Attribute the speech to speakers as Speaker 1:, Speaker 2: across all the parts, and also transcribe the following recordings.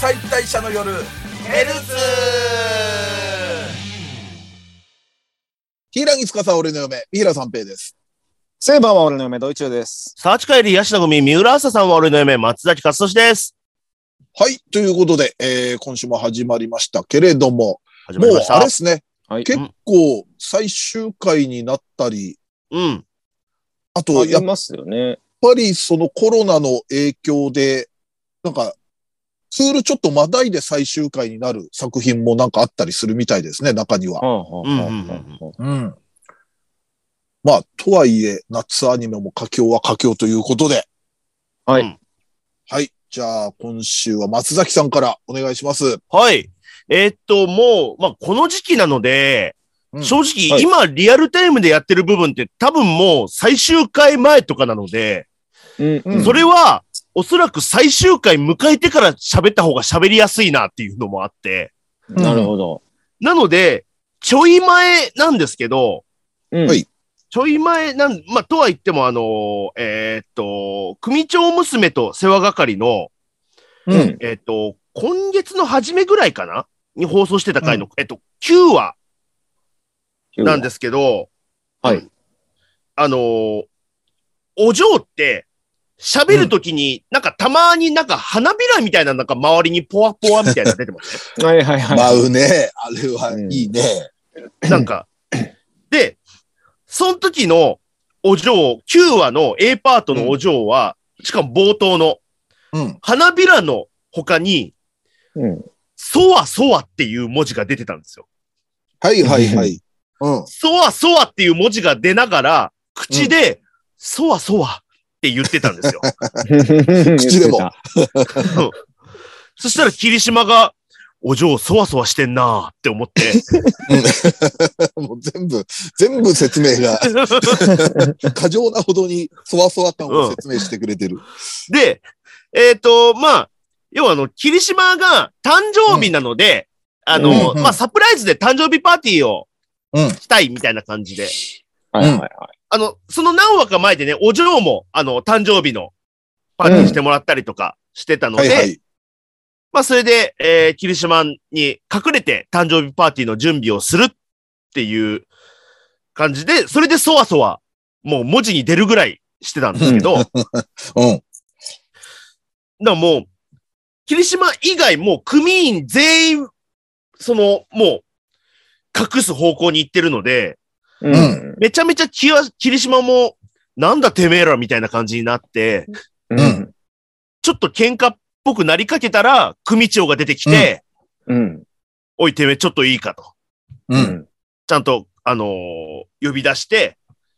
Speaker 1: 解体者の夜ヘルツ
Speaker 2: ヒーラギスカさん、俺の嫁、三平三平です。
Speaker 3: セイバーは俺の嫁、ドイチューです。
Speaker 4: サーチカエリ、ヤシナゴミ、三浦朝さんは俺の夢、松崎勝利です。
Speaker 2: はい。ということで、えー今週も始まりましたけれども、
Speaker 4: 始ま
Speaker 2: もう
Speaker 4: りまし
Speaker 2: あれ
Speaker 4: た
Speaker 2: で。すね。
Speaker 3: はい
Speaker 2: 結構最終回になったり、
Speaker 4: うん。
Speaker 2: あと、やっ
Speaker 3: ますよね。
Speaker 2: ぱりそのコロナの影響で、なんか、ツールちょっとまだいで最終回になる作品もなんかあったりするみたいですね、中には。
Speaker 3: はあはあはあ
Speaker 4: うんうん
Speaker 3: はあは
Speaker 2: うん。まあ、とはいえ、夏アニメも佳境は佳境ということで。
Speaker 3: はい
Speaker 2: はい。じゃあ、今週は松崎さんからお願いします。
Speaker 4: はい。えーっと、もう、まあ、この時期なので、
Speaker 2: うん
Speaker 4: 正
Speaker 3: は
Speaker 4: 直、
Speaker 3: い
Speaker 4: 今、リアルタイムでやってる部分って、多分もう、最終回前とかなので、
Speaker 3: あうん
Speaker 2: うん
Speaker 4: それは、おそらく最終回迎えてから喋った方が喋りやすいなっていうのもあって、
Speaker 3: なるほど。
Speaker 4: なので、ちょい前なんですけど、
Speaker 3: うん
Speaker 2: はい
Speaker 4: ちょい前なん、まあ、とは言っても、あのーえーっと、組長娘と世話係の、
Speaker 3: う。ん。
Speaker 4: えっ、と、今月の初めぐらいかなに放送してた回の、えっと、9話なんですけど、
Speaker 3: はい。
Speaker 4: あのーお嬢って、喋るときに、なんかたまになんか花びらみたいな、なんか周りにポワポワみたいなの出てます
Speaker 3: はいはいはい。
Speaker 2: 舞うね。あれはいいね。
Speaker 4: ね。 なんか。で、その時のお嬢、9話の A パートのお嬢は、しかも冒頭の、
Speaker 2: うん。
Speaker 4: 花びらの他に、
Speaker 3: うん
Speaker 4: そわそわっていう文字が出てたんですよ。
Speaker 2: はいはいはい。うん。
Speaker 4: そわそわっていう文字が出ながら、口で、そわそわって言ってたんですよ。
Speaker 2: 口でも
Speaker 3: 言ってた
Speaker 4: そしたら霧島が、お嬢、そわそわしてんなーって 思って。
Speaker 2: もう全部、全部説明が、 過剰なほどにそわそわ感を説明してくれてる。
Speaker 4: で、えっ、と、まあ、要はあの、霧島が誕生日なので、あの、
Speaker 2: うんうん
Speaker 4: まあ、サプライズで誕生日パーティーを
Speaker 2: うん
Speaker 4: したいみたいな感じで。
Speaker 3: はいはいはい。
Speaker 4: あの、その何話か前でね、お嬢も、あの、誕生日のパーティーしてもらったりとかしてたので、
Speaker 2: はいはい。
Speaker 4: まあ、それで、えー、霧島に隠れて誕生日パーティーの準備をするっていう感じで、それでそわそわ、もう文字に出るぐらいしてたんですけ ど、だか
Speaker 2: うん。
Speaker 4: らもう、霧島以外もう組員全員、その、もう、隠す方向に行ってるので、
Speaker 3: うん。
Speaker 4: めちゃめちゃきわ霧島も、なんだてめえらみたいな感じになって、
Speaker 2: うん
Speaker 4: ちょっと喧嘩っぽくなりかけたら、組長が出てきて、
Speaker 3: うん。
Speaker 4: おいてめえちょっといいかと。
Speaker 2: う。
Speaker 3: うんん。
Speaker 4: ちゃんと、あのー呼び出して、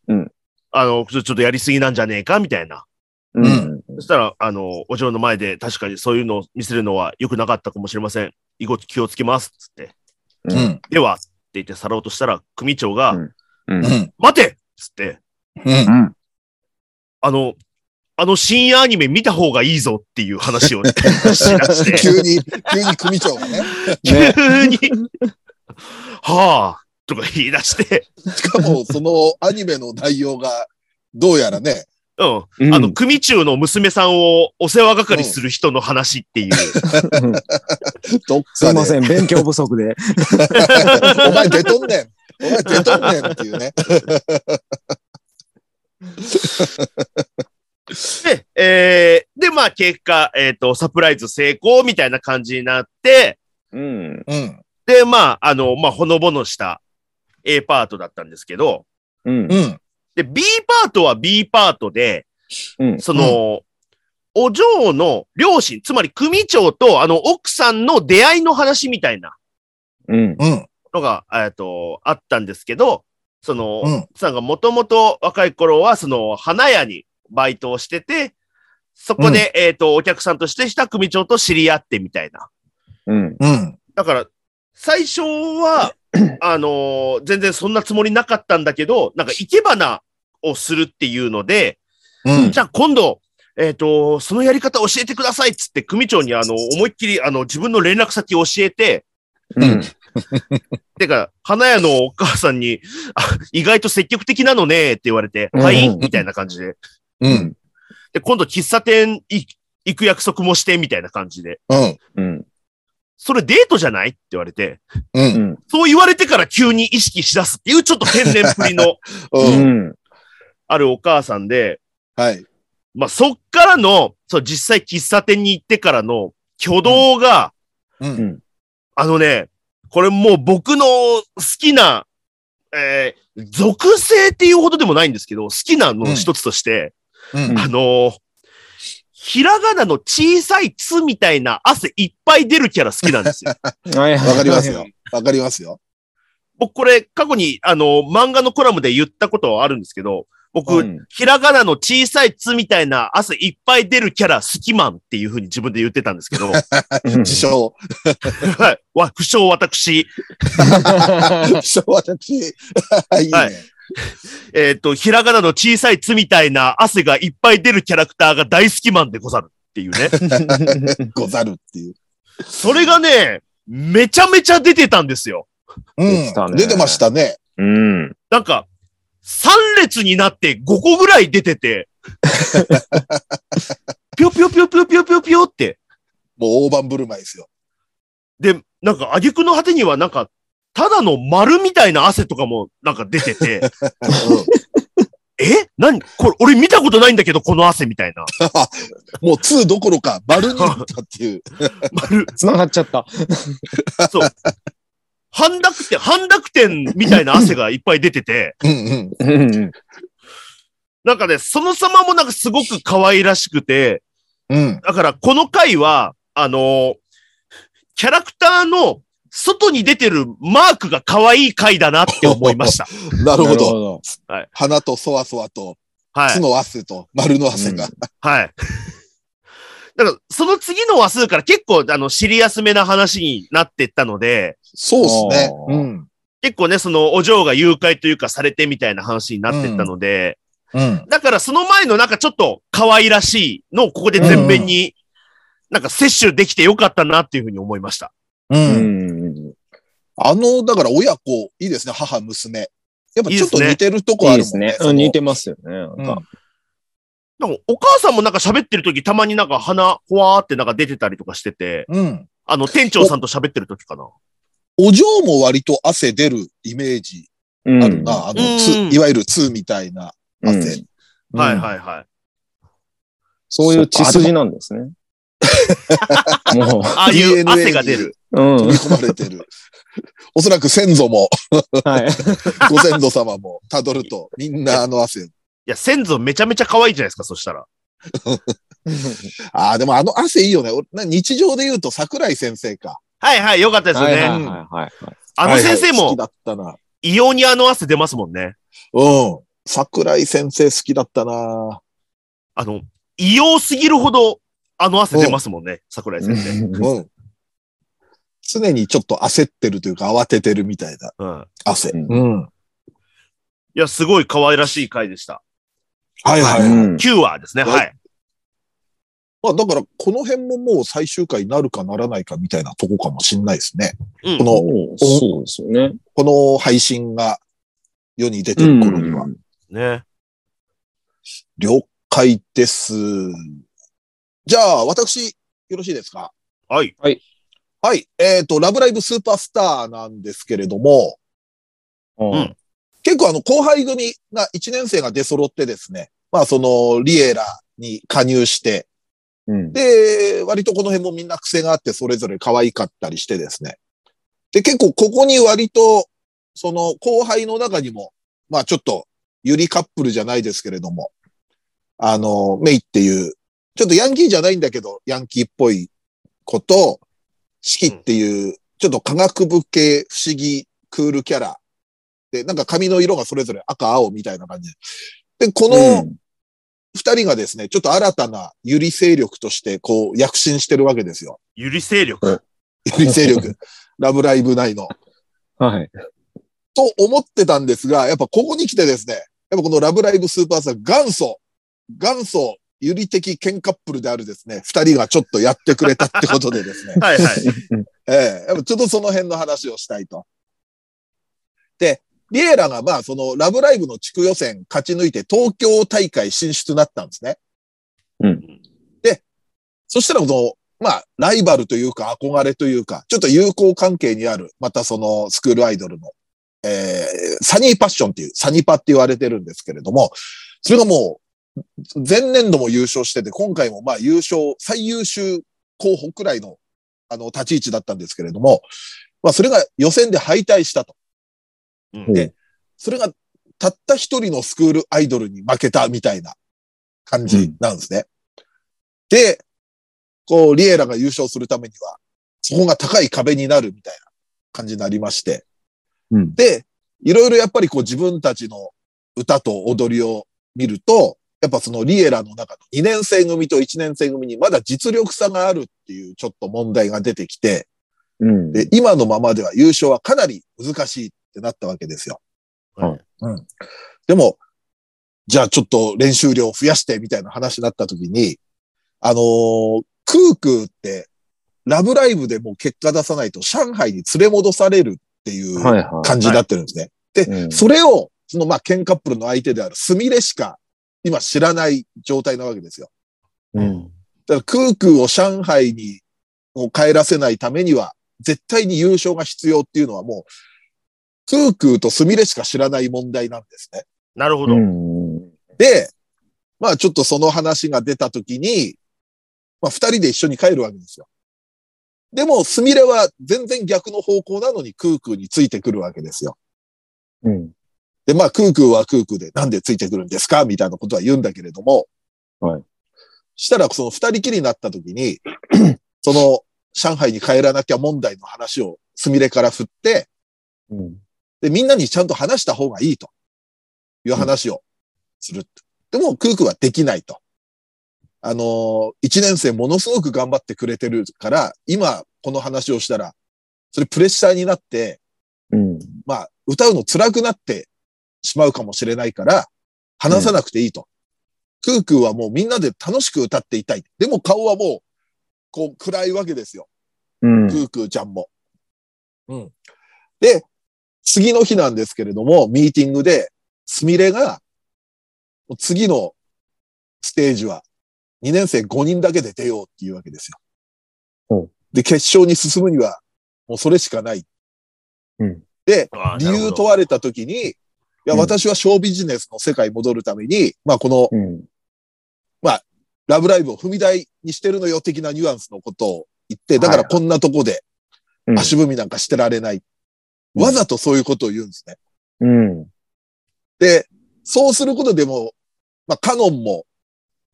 Speaker 3: うん
Speaker 4: あの、ちょちょっとやりすぎなんじゃねえかみたいな。
Speaker 3: うん。うん
Speaker 4: そしたら、あのお嬢の前で確かにそういうのを見せるのは良くなかったかもしれません。以後気をつけます。つって。
Speaker 2: うん。うん。
Speaker 4: では、って言って去ろうとしたら、組長が、
Speaker 3: うんうん
Speaker 2: うん。
Speaker 4: 待てつって、
Speaker 2: うん。
Speaker 4: あの、あの深夜アニメ見た方がいいぞっていう 話をしだして、
Speaker 2: 急に、急に組長がね。
Speaker 3: ね
Speaker 4: 急に、はあ、とか言い出して、
Speaker 2: しかも、そのアニメの内容が、どうやらね、
Speaker 4: うん。
Speaker 3: うん
Speaker 4: あの、組中の娘さんをお世話係する人の話っていう。
Speaker 2: どっ
Speaker 3: す
Speaker 2: か
Speaker 3: いま
Speaker 2: で、
Speaker 3: せん、勉強不足で。
Speaker 2: お前出とんねんお前出とんねんっていうね。
Speaker 4: で、えー、で、まあ結果、えっ、と、サプライズ成功みたいな感じになって、
Speaker 3: うん。
Speaker 2: うん。
Speaker 4: で、まあ、あの、まあ、ほのぼのした A パートだったんですけど、
Speaker 3: う
Speaker 2: う。
Speaker 3: ん
Speaker 2: ん。
Speaker 4: で、B パートは B パートで、
Speaker 3: うん
Speaker 4: その、お嬢の両親、つまり組長とあの奥さんの出会いの話みたいな
Speaker 3: うん。
Speaker 2: うん。
Speaker 4: のが、えっ、と、あったんですけど、その、
Speaker 2: うん。
Speaker 4: さんがもともと若い頃は、その、花屋にバイトをしてて、そこで、えっ、と、お客さんとしてした組長と知り合ってみたいな。
Speaker 3: うん。
Speaker 2: うん。
Speaker 4: だから、最初 は、あのー全然そんなつもりなかったんだけど、なんか、生け花をするっていうので、
Speaker 2: うん。
Speaker 4: じゃあ今度、えっ、と、そのやり方教えてくださいっつって、組長に、あの、思いっきり、あの、自分の連絡先を教えて、
Speaker 3: うん。
Speaker 4: てか、花屋のお母さんに、あ意外と積極的なのねって言われて、
Speaker 3: うん
Speaker 4: はいみたいな感じで。
Speaker 2: うん。
Speaker 4: で、今度喫茶店い行く約束もして、みたいな感じで。
Speaker 2: うん。
Speaker 3: うん。
Speaker 4: それデートじゃないって言われて、
Speaker 2: うん。
Speaker 4: そう言われてから急に意識しだすっていうちょっと天然ぶ りの
Speaker 2: うん。
Speaker 3: ん。
Speaker 4: あるお母さんで、
Speaker 2: はい。
Speaker 4: まあそっからの、そう実際喫茶店に行ってからの挙動が、
Speaker 2: うん。
Speaker 4: あのね、これもう僕の好きな、えー属性っていうほどでもないんですけど、好きなの一つとして、
Speaker 2: うん。
Speaker 4: あのーひらがなの小さいつみたいな汗いっぱい出るキャラ好きなんですよ。
Speaker 3: はい
Speaker 2: わかりますよ。。わかりますよ。
Speaker 4: 僕これ過去にあの漫画のコラムで言ったことはあるんですけど、僕、
Speaker 3: うん
Speaker 4: ひらがなの小さいつみたいな汗いっぱい出るキャラ好きマンっていうふうに自分で言ってたんですけど、
Speaker 2: 自称。
Speaker 4: はいわ、不詳私、
Speaker 2: 自称私。 はい。いいね
Speaker 4: はえっ、と、ひらがなの小さいつみたいな汗がいっぱい出るキャラクターが大好きマンでござるっていうね。
Speaker 2: ござるっていう。
Speaker 4: それがね、めちゃめちゃ出てたんですよ。
Speaker 3: 出てた
Speaker 2: うん。
Speaker 3: ね
Speaker 2: 出てましたね。
Speaker 3: うん。
Speaker 4: なんか、3列になって5個ぐらい出てて、ぴょぴょぴょぴょぴょぴょぴょって、
Speaker 2: もう大盤振る舞いですよ。
Speaker 4: で、なんか、挙句の果てには、なんか、ただの丸みたいな汗とかも、なんか出てて、え何これ、俺見たことないんだけど、この汗みたいな。
Speaker 2: もう2どころか、丸になったっていう。
Speaker 4: 丸、
Speaker 3: 繋がっちゃった。
Speaker 4: そう。半濁点、半濁点みたいな汗がいっぱい出てて、
Speaker 2: うんうん。
Speaker 3: うん。
Speaker 4: なんかね、その様もなんかすごく可愛らしくて、
Speaker 2: うん。
Speaker 4: だから、この回は、あのーキャラクターの外に出てるマークが可愛い回だなって思い ました。
Speaker 2: なるほど。
Speaker 3: ど。
Speaker 2: 花とそわそわと、
Speaker 4: はい
Speaker 2: つ。の汗と丸の汗が。
Speaker 4: はい。だから、その次の話数から結構、あの、シリアスめな話になってったので、
Speaker 2: そうですね。
Speaker 3: あ
Speaker 2: う
Speaker 3: ー
Speaker 2: ん。
Speaker 4: 結構ね、その、お嬢が誘拐というかされてみたいな話になってったので、
Speaker 2: うん。
Speaker 4: だからその前のなんかちょっと可愛らしいのをここで全面に、なんか摂取できてよかったなっていうふうに思いました。
Speaker 2: う。
Speaker 3: うんん。
Speaker 2: あの、だから親子、いいですね。母、娘。やっぱちょっと
Speaker 4: いいですね
Speaker 2: 似てるとこ
Speaker 3: い
Speaker 2: あ
Speaker 3: い
Speaker 2: る
Speaker 3: で
Speaker 2: も
Speaker 3: す
Speaker 2: んね
Speaker 3: ね。。
Speaker 2: その
Speaker 3: 似てますよね。なんか
Speaker 4: なんかお母さんもなんか喋ってる時たまになんか鼻、ほわーってなんか出てたりとかしてて、
Speaker 2: うん。
Speaker 4: あの、店長さんと喋ってる時かな。
Speaker 2: お嬢も割と汗出るイメージあるな。あの、つ
Speaker 4: うん
Speaker 2: いわゆる2みたいな汗。
Speaker 3: うん
Speaker 4: はいはいはい。
Speaker 3: そういう血筋なんです ね。もう。
Speaker 4: ああいう
Speaker 2: DNA
Speaker 4: 汗が出る。
Speaker 3: うん。
Speaker 2: 組み込まれてる。おそらく先祖も、
Speaker 3: はい。
Speaker 2: ご先祖様も辿ると、みんなあの汗。
Speaker 4: いや、先祖めちゃめちゃ可愛いじゃないですか、そしたら。
Speaker 2: ああ、でもあの汗いいよね。俺な日常で言うと桜井先生か。
Speaker 4: はいはい、よかったですよ
Speaker 3: はいはい
Speaker 4: ね。
Speaker 3: はいはい。
Speaker 4: あの
Speaker 2: は
Speaker 4: 先生
Speaker 2: いはい好
Speaker 4: も
Speaker 2: きだったな。
Speaker 4: 異様にあの汗出ますもんね。
Speaker 2: うん。桜井先生好きだったな。
Speaker 4: あの、異様すぎるほどあの汗出ますもんね、桜井先生。
Speaker 2: うん。常にちょっと焦ってるというか慌ててるみたいな
Speaker 4: うん。
Speaker 2: 汗。。
Speaker 3: うん
Speaker 2: はい
Speaker 4: いや、すごい可愛らしい回でした。
Speaker 2: はいはい。
Speaker 3: うん
Speaker 4: 9話ですね、
Speaker 2: はい
Speaker 4: はい。
Speaker 2: まあだからこの辺ももう最終回になるかならないかみたいなとこかもしんないですね。
Speaker 4: うん
Speaker 2: この、
Speaker 3: そうですよね。
Speaker 2: この配信が世に出てる頃には。
Speaker 4: ね。
Speaker 2: 了解です。じゃあ、私、よろしいですか
Speaker 4: はい。
Speaker 2: はい。えっ、と、ラブライブスーパースターなんですけれども、
Speaker 3: うん。
Speaker 2: 結構あの、後輩組が1年生が出揃ってですね、まあその、リエラに加入して、
Speaker 3: うん。
Speaker 2: で、割とこの辺もみんな癖があって、それぞれ可愛かったりしてですね。で、結構ここに割と、その後輩の中にも、まあちょっと、ゆりカップルじゃないですけれども、あの、メイっていう、ちょっとヤンキーじゃないんだけど、ヤンキーっぽい子と、四季っていう、ちょっと科学部系不思議クールキャラ。で、なんか髪の色がそれぞれ赤、青みたいな感じ。で、この、二人がですね、ちょっと新たなゆり勢力として、こう、躍進してるわけですよ。
Speaker 4: ゆり勢力。、
Speaker 2: ゆり勢力。ラブライブ内の。
Speaker 3: はい。
Speaker 2: と思ってたんですが、やっぱここに来てですね、やっぱこのラブライブスーパースター元祖、元祖ゆり的喧カップルであるですね、二人がちょっとやってくれたってことでですね
Speaker 4: はいはい。
Speaker 2: ええやっぱちょっとその辺の話をしたいと。で、リエラがまあそのラブライブの地区予選勝ち抜いて東京大会進出になったんですね。
Speaker 3: うん
Speaker 2: で、そしたらそのまあ、ライバルというか憧れというか、ちょっと友好関係にある、またそのスクールアイドルの、えー、サニーパッションっていう、サニパって言われてるんですけれども、それがもう、前年度も優勝してて、今回もまあ優勝、最優秀候補くらいの、あの、立ち位置だったんですけれども、まあ、それが予選で敗退したと。
Speaker 4: うん
Speaker 2: で、それがたった一人のスクールアイドルに負けたみたいな感じなんですね。で、こう、リエラが優勝するためには、そこが高い壁になるみたいな感じになりまして。
Speaker 3: うん
Speaker 2: で、いろいろやっぱりこう自分たちの歌と踊りを見ると、やっぱそのリエラの中の2年生組と1年生組にまだ実力差があるっていうちょっと問題が出てきて、
Speaker 3: うん。
Speaker 2: で、今のままでは優勝はかなり難しいってなったわけですよ。
Speaker 4: はい
Speaker 2: うん。でも、じゃあちょっと練習量を増やしてみたいな話になった時に、あのークークーって、ラブライブでもう結果出さないと上海に連れ戻されるっていう
Speaker 3: はいは
Speaker 2: 感じになってるんですね。
Speaker 3: い。うん
Speaker 2: それを、そのまあ、ケンカップルの相手であるスミレしか今知らない状態なわけですよ。
Speaker 3: うん。
Speaker 2: だから空空を上海にもう帰らせないためには、絶対に優勝が必要っていうのはもう、空空とスミレしか知らない問題なんですね。
Speaker 4: なるほ
Speaker 3: う
Speaker 4: ど。
Speaker 3: ん。
Speaker 2: で、まあちょっとその話が出た時に、まあ二人で一緒に帰るわけですよ。でも、スミレは全然逆の方向なのに空空についてくるわけですよ。
Speaker 3: うん。
Speaker 2: で、まあ、空空は空空で、なんでついてくるんですかみたいなことは言うんだけれども。
Speaker 3: はい。
Speaker 2: したら、その二人きりになった時に、 その、上海に帰らなきゃ問題の話を、すみれから振って、
Speaker 3: うん。
Speaker 2: で、みんなにちゃんと話した方がいいと、いう話をする。でも、空空はできないと。あのー一年生ものすごく頑張ってくれてるから、今、この話をしたら、それプレッシャーになって、
Speaker 3: うん。
Speaker 2: まあ、歌うの辛くなってしまうかもしれないから、話さなくていいと。クークーはもうみんなで楽しく歌っていたい。でも顔はもう、こう暗いわけですよ。
Speaker 3: うん
Speaker 2: ク。ークーちゃんも。うん。で、次の日なんですけれども、ミーティングで、スミレが、もう次のステージは、2年生5人だけで出ようっていうわけです
Speaker 3: ほ
Speaker 2: よ。で、決勝に進むには、もうそれしかない。
Speaker 3: うん
Speaker 2: で、
Speaker 4: あー
Speaker 2: 理
Speaker 4: なるほ
Speaker 2: 由
Speaker 4: ど
Speaker 2: 問われたときに、いや、
Speaker 3: うん
Speaker 2: 私はショービジネスの世界に戻るために、まあ、この
Speaker 3: うん。
Speaker 2: ラブライブを踏み台にしてるのよ的なニュアンスのことを言って、だから
Speaker 3: はい
Speaker 2: こんなとこで
Speaker 3: うん
Speaker 2: 足踏みなんかしてられない。
Speaker 3: うん
Speaker 2: わざとそういうことを言うんですね。
Speaker 3: うん。
Speaker 2: で、そうすることでも、まあ、カノンも、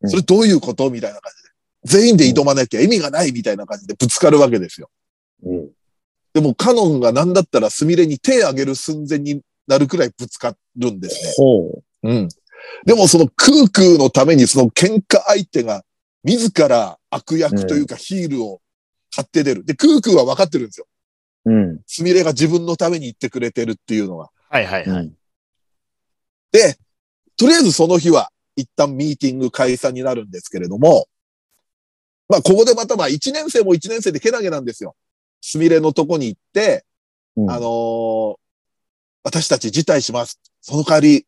Speaker 3: うん
Speaker 2: それどういうことみたいな感じで。全員で挑まなきゃ意味がないみたいな感じでぶつかるわけですよ。
Speaker 3: うん。
Speaker 2: でもカノンが何だったらスミレに手あげる寸前になるくらいぶつかるんですね。
Speaker 3: ほ
Speaker 2: うん。でもその空空のためにその喧嘩相手が自ら悪役というかヒールを買って出る。で、空空は分かってるんですよ。
Speaker 3: う。うん。
Speaker 2: スミレが自分のために言ってくれてるっていうのが。
Speaker 4: はいはいうはい。
Speaker 3: ん。
Speaker 2: で、とりあえずその日は一旦ミーティング解散になるんですけれども、まあここでまたまあ1年生も1年生でけなげなんですよ。スミレのとこに行って、
Speaker 3: うん
Speaker 2: あのー私たち辞退します。その代わり、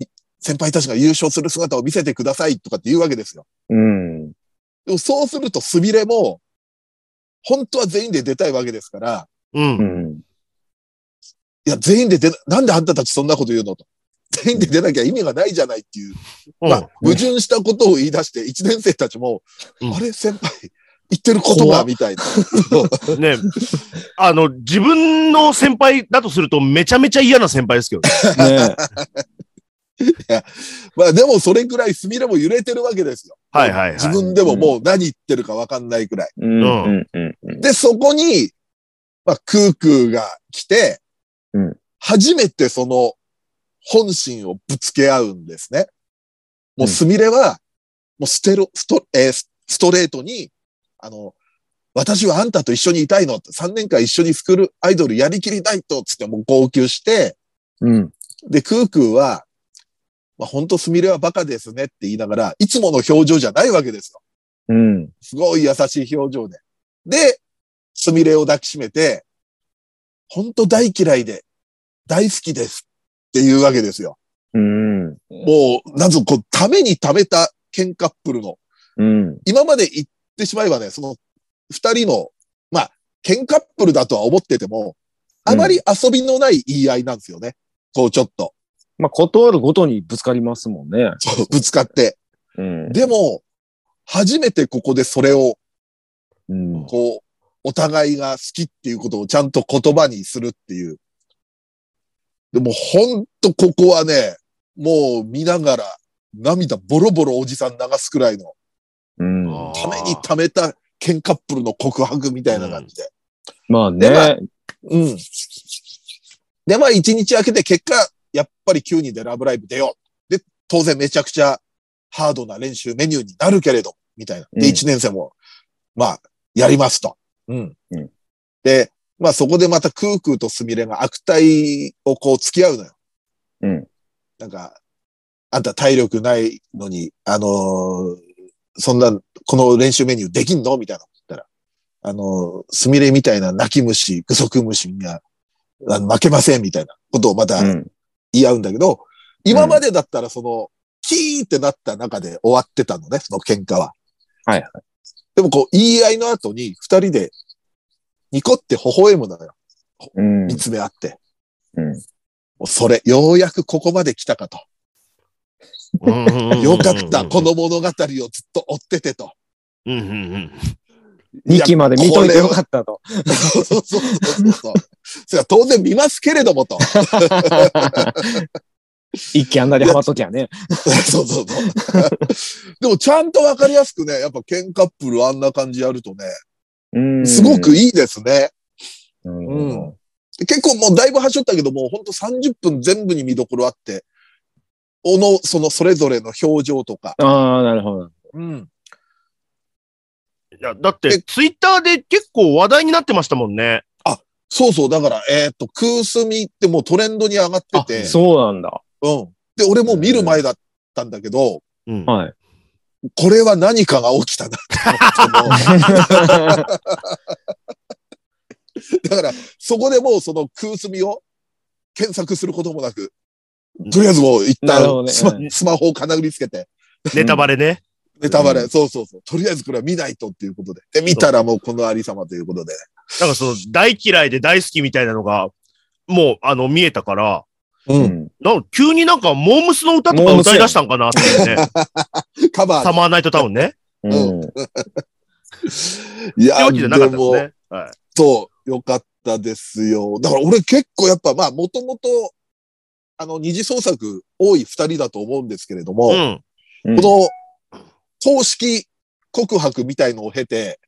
Speaker 2: い先輩たちが優勝する姿を見せてくださいとかって言うわけですよ。
Speaker 3: うん。
Speaker 2: でもそうするとスミレも、本当は全員で出たいわけですから、
Speaker 4: う。
Speaker 3: うんん。
Speaker 2: いや、全員で出な、なんであんたたちそんなこと言うのと。全員で出なきゃ意味がないじゃないっていう、まあ、矛盾したことを言い出して、一年生たちも、
Speaker 4: うん
Speaker 2: あれ、先輩、言ってること
Speaker 3: 怖
Speaker 2: が、
Speaker 3: っ
Speaker 2: みたいな。
Speaker 4: うんねあの、自分の先輩だとするとめちゃめちゃ嫌な先輩ですけど ね。
Speaker 3: ね
Speaker 2: まあ、でもそれくらいスミレも揺れてるわけですよ。
Speaker 4: はいはいはい。
Speaker 2: 自分でももう何言ってるかわかんないくらい。
Speaker 3: うん。うん。うん。
Speaker 2: で、そこに、まあ、クークーが来て、
Speaker 3: うん
Speaker 2: 初めてその本心をぶつけ合うんですね。も
Speaker 3: うん
Speaker 2: うスミレは、もうステロ、スト、えースストレートに、あの、私はあんたと一緒にいたいの。3年間一緒にスクールアイドルやりきりたいと、つってもう号泣して、
Speaker 3: うん。
Speaker 2: で、クークーは、まあ、本当スミレはバカですねって言いながら、いつもの表情じゃないわけですよ。
Speaker 3: うん。
Speaker 2: すごい優しい表情で。で、スミレを抱きしめて、ほんと大嫌いで、大好きですっていうわけですよ。
Speaker 3: うん。
Speaker 2: もう、なんぞこう、ために貯めた喧嘩カップルの、
Speaker 3: うん。
Speaker 2: 今まで言ってしまえばね、その、二人の、まあ、喧カップルだとは思ってても、あまり遊びのない言い合いなんですよね。こうちょっと、
Speaker 3: まあ、断るごとにぶつかりますもんね。
Speaker 2: そうぶつかって。
Speaker 3: うん。
Speaker 2: でも、初めてここでそれを、
Speaker 3: うん、
Speaker 2: こう、お互いが好きっていうことをちゃんと言葉にするっていう。でも、ほんとここはね、もう見ながら涙ボロボロおじさん流すくらいの、
Speaker 3: うん
Speaker 2: ためにためた喧カップルの告白みたいな感じで。
Speaker 3: まあ
Speaker 2: でま
Speaker 3: ね。
Speaker 2: うん。で、まあ一日明けて結果、やっぱり9人でラブライブ出よう。で、当然めちゃくちゃハードな練習メニューになるけれど、みたいな。
Speaker 3: うん
Speaker 2: で、1年生も、まあ、やりますと。うん。
Speaker 3: うん
Speaker 2: で、まあそこでまたクークーとスミレが悪態をこう付き合うのよ。
Speaker 3: うん。
Speaker 2: なんか、あんた体力ないのに、あのーそんな、この練習メニューできんのみたいなこと言ったら、あのースミレみたいな泣き虫、グソクムシには、あの負けませんみたいなことをまた
Speaker 3: うん。
Speaker 2: 言い合うんだけど、今までだったらその、キーってなった中で終わってたのね、その喧嘩は。
Speaker 3: はいはい。
Speaker 2: でもこう、言い合いの後に二人で、ニコって微笑むのよ。
Speaker 3: うん
Speaker 2: 見。つめ合って。
Speaker 3: うん
Speaker 2: もうそれ、ようやくここまで来たかと。よかった、こ。の物語をずっと追っててと。
Speaker 4: うんうんうん
Speaker 3: 2期まで見といてよかったと。
Speaker 2: そうそうそうそうそう。それは当然見ますけれどもと。
Speaker 3: 一期あんなにハマっときゃね。
Speaker 2: そうそうそう。でもちゃんとわかりやすくね、やっぱ喧カップルあんな感じやるとね、
Speaker 3: うん
Speaker 2: すごくいいですね。
Speaker 3: う
Speaker 2: うんで結構もうだいぶ端折ったけども、ほんと30分全部に見どころあって、おの、そのそれぞれの表情とか。
Speaker 3: ああ、なるほど。
Speaker 2: うん。
Speaker 4: いや、だっ
Speaker 2: え
Speaker 4: て、ツイッターで結構話題になってましたもんね。
Speaker 2: そうそう、だから、えーっと、クースミってもうトレンドに上がって
Speaker 3: あ
Speaker 2: て、、
Speaker 3: そうなんだ。
Speaker 2: うん。で、俺もう見る前だったんだけど、
Speaker 4: うん。
Speaker 3: はい。
Speaker 2: これは何かが起きたなって思ってもだから、そこでもうその空積みを検索することもなく、とりあえずもう一
Speaker 3: なるほ
Speaker 2: 旦
Speaker 3: どね
Speaker 2: スマ,、
Speaker 3: う
Speaker 2: スマホをかなぐりつけて、
Speaker 4: ネタバレね。
Speaker 2: ネタバレ、
Speaker 3: うん
Speaker 2: そうそうそう、とりあえずこれは見ないとっていうことで。で、見たらもうこのありさまということで。
Speaker 4: なんかその、大嫌いで大好きみたいなのが、もう、あの、見えたから、
Speaker 2: う。
Speaker 3: うんん。
Speaker 4: なんか急になんか、モームスの歌とか歌い出したんかなっていうね。
Speaker 2: カバ
Speaker 4: サ
Speaker 2: ー。
Speaker 4: マーナイトタウンね。
Speaker 3: うん。
Speaker 2: い
Speaker 4: ってわけじゃなかったで
Speaker 2: も
Speaker 4: すね。はい。
Speaker 2: そう、よかったですよ。だから俺結構やっぱまあ、もともと、あの、二次創作多い二人だと思うんですけれども、
Speaker 4: うん。
Speaker 3: うん
Speaker 2: この公式告白みたいのを経て、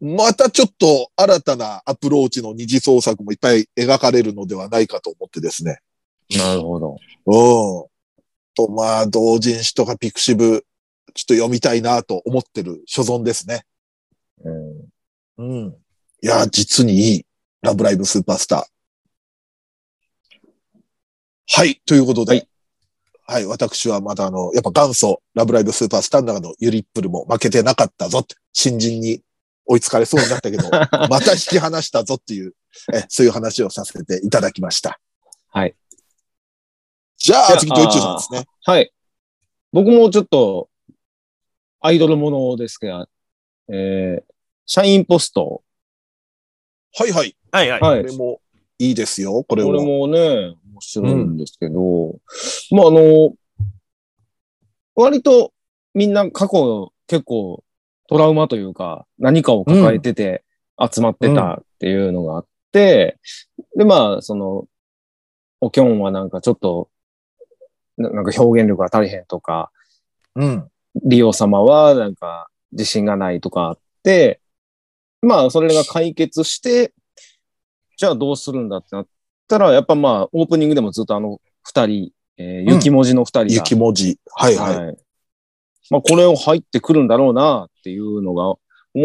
Speaker 2: またちょっと新たなアプローチの二次創作もいっぱい描かれるのではないかと思ってですね。
Speaker 3: なるほど。
Speaker 2: うん。と、まあ、同人誌とかピクシブ、ちょっと読みたいなと思ってる所存ですね。
Speaker 3: うん
Speaker 2: うん。いや、実にいい。ラブライブスーパースター。はい。ということで。
Speaker 3: は
Speaker 2: はいい。私はまだあの、やっぱ元祖、ラブライブスーパースターの中のユリップルも負けてなかったぞって、新人に追いつかれそうになったけ ど、また引き離したぞっていう、えそういう話をさせていただきました。
Speaker 3: はい。
Speaker 2: じゃ
Speaker 3: じゃ
Speaker 2: あ
Speaker 3: あ
Speaker 2: 次、ドイツさんですね。
Speaker 3: はい。僕もちょっと、アイドルものですけど、えー、社員ポスト。
Speaker 2: はいはい。
Speaker 4: はいはい。
Speaker 3: は
Speaker 2: こ
Speaker 3: い。
Speaker 2: れもいいですよ。これ
Speaker 3: これ
Speaker 2: も。
Speaker 3: もね、面白いんですけど、まあ、あの、割とみんな過去結構トラウマというか、何かを抱えてて集まってたっていうのがあって、で、まあ、その、おきょんはなんかちょっと、ななんか表現力が大変とか、
Speaker 2: うん。
Speaker 3: リオ様はなんか自信がないとかあって、まあそれが解決して、じゃあどうするんだってなったら、やっぱまあオープニングでもずっとあの二人、えー
Speaker 2: うん
Speaker 3: 雪文字の二人が、
Speaker 2: 雪文字。はいはい。
Speaker 3: はい。まあこれを入ってくるんだろうなっていうのが思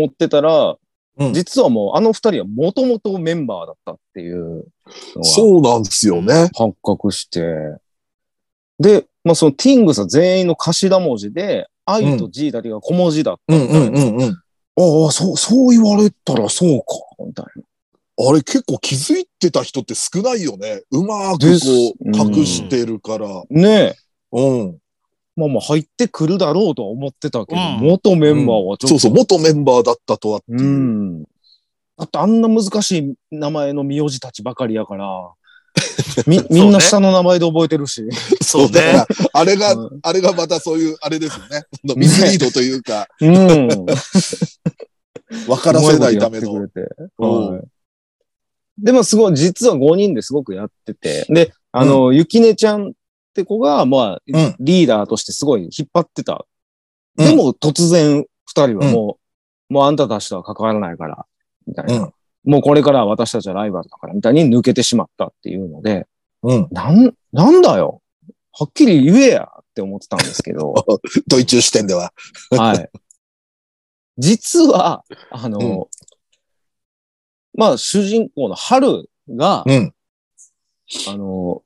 Speaker 3: ってたら、
Speaker 2: うん
Speaker 3: 実はもうあの二人はもともとメンバーだったっていうのが
Speaker 2: そうなんですよね。
Speaker 3: 発覚して、で、まあそのティングスは全員の頭文字で、I と G だけが小文字だったみたいな。
Speaker 2: んうん。
Speaker 3: ああ、そう、そう言われたらそうか、みたいな。
Speaker 2: あれ結構気づいてた人って少ないよね。うまー
Speaker 3: で
Speaker 2: く
Speaker 3: す
Speaker 2: こう隠してるから。
Speaker 3: ねえ。
Speaker 2: うん。
Speaker 3: まあまあ入ってくるだろうとは思ってたけど、
Speaker 4: うん
Speaker 3: 元メンバーはち
Speaker 2: そ
Speaker 3: ょっ
Speaker 2: うそ
Speaker 3: と。
Speaker 2: う、元メンバーだったとはっていう
Speaker 3: う。ん。だってあんな難しい名前の名字たちばかりや から、み、みんな下の名前で覚えてるし。
Speaker 2: そう
Speaker 4: そうね
Speaker 2: だから、あれが、
Speaker 3: う
Speaker 2: あれがまたそういう、あれですよね。そのミスリードというか、
Speaker 3: ん。
Speaker 2: 分からせないため
Speaker 3: うま
Speaker 2: の。
Speaker 3: いことやってくれて
Speaker 2: うん
Speaker 3: はいでもすごい、実は5人ですごくやってて。で、あの、ゆきねちゃんって子が、まあ、
Speaker 2: うん
Speaker 3: リーダーとしてすごい引っ張ってた。
Speaker 2: うん
Speaker 3: でも、突然、二人はもう、もうあんたたちとは関わらないから、みたいな。
Speaker 2: うん
Speaker 3: もうこれからは私たちはライバルだから、みたいに抜けてしまったっていうので、
Speaker 2: うん。
Speaker 3: なん、なんだよはっきり言えやって思ってたんです けど。
Speaker 2: ドイツ視点では。
Speaker 3: はい。 実は、あの、
Speaker 2: うん
Speaker 3: まあ、主人公の春が、
Speaker 2: うん。
Speaker 3: あの、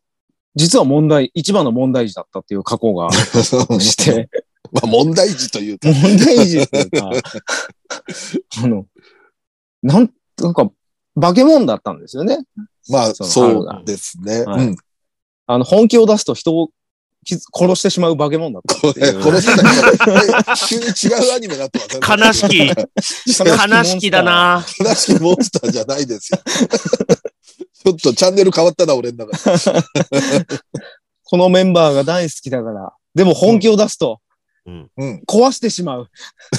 Speaker 3: 実は問題、一番の問題児だったっていう過去がして、
Speaker 2: まあ問題児というか。
Speaker 3: 問題児っていうか、 あの、なん、なんか、化け物だったんですよね。
Speaker 2: まあ
Speaker 3: その
Speaker 2: そうですね。
Speaker 3: はい
Speaker 2: うん。
Speaker 3: あの、本気を出すと人を傷殺してしまう化け物 だった
Speaker 2: こ
Speaker 3: って
Speaker 2: れ、
Speaker 3: いう。
Speaker 2: 殺したら、急に違うアニメになってますね
Speaker 4: 悲しき、悲しきだな。
Speaker 2: 悲しきモンスターじゃないですよ。 ちょっとチャンネル変わったな、俺の中で。
Speaker 3: このメンバーが大好きだから。でも本気を出すと、
Speaker 4: うん
Speaker 2: うん
Speaker 3: 壊してしまう。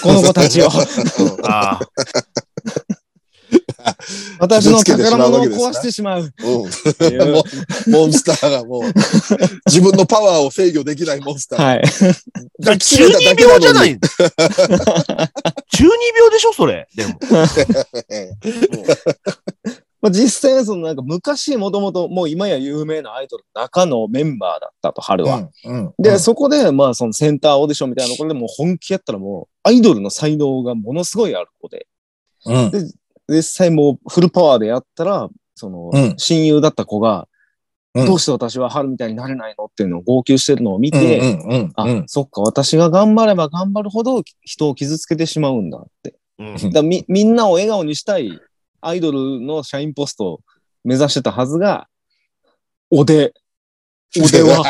Speaker 3: この子た ちを。
Speaker 4: ああ。
Speaker 3: 私の宝物を
Speaker 2: ぶつけてしまうわけですな
Speaker 3: 壊してしま
Speaker 2: う
Speaker 3: う。
Speaker 2: んもうモンスターがもう、自分のパワーを制御できないモンスター。
Speaker 3: はい。
Speaker 4: 中
Speaker 2: 切れただ
Speaker 4: 二
Speaker 2: けなの
Speaker 4: 病
Speaker 2: に
Speaker 4: じゃない。中二病でしょ、それ。でも。
Speaker 3: まあ、実際はそのなんか昔もともともう今や有名なアイドルの中のメンバーだったと、春は。
Speaker 2: うん
Speaker 3: で、
Speaker 2: うん
Speaker 3: そこでまあそのセンターオーディションみたいなところでもう本気やったらもうアイドルの才能がものすごいある子で、
Speaker 2: うん
Speaker 3: 実際もうフルパワーでやったら、その
Speaker 2: うん
Speaker 3: 親友だった子が、
Speaker 2: うん
Speaker 3: どうして私は春みたいになれないのっていうのを号泣してるのを見て、
Speaker 2: うんうんうんうん
Speaker 3: あ、そっか、私が頑張れば頑張るほど人を傷つけてしまうんだって。
Speaker 4: うん
Speaker 3: だからみみんなを笑顔にしたいアイドルの社員ポストを目指してたはずが、おで、おでは、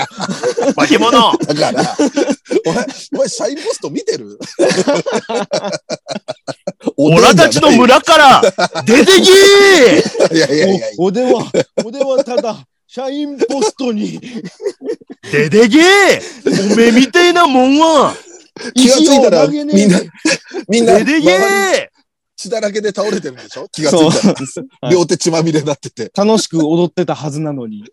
Speaker 4: 化け物
Speaker 2: だから、お前、お前、シャインポスト見てるお
Speaker 4: 俺たちの 村から出てけ
Speaker 2: いやいやいやい
Speaker 3: おおでは、おではただ、 社員ポストに
Speaker 4: ー出てけーおめえみてえなもんは
Speaker 2: や、気がついたら、みんな、みんな、
Speaker 4: 出てけ
Speaker 2: 周り
Speaker 4: ー
Speaker 2: 血だらけで倒れてるんでしょ気がつ
Speaker 3: そう
Speaker 2: いたら。
Speaker 3: はい
Speaker 2: 両手血まみれになってて。
Speaker 3: 楽しく踊ってたはずなの に、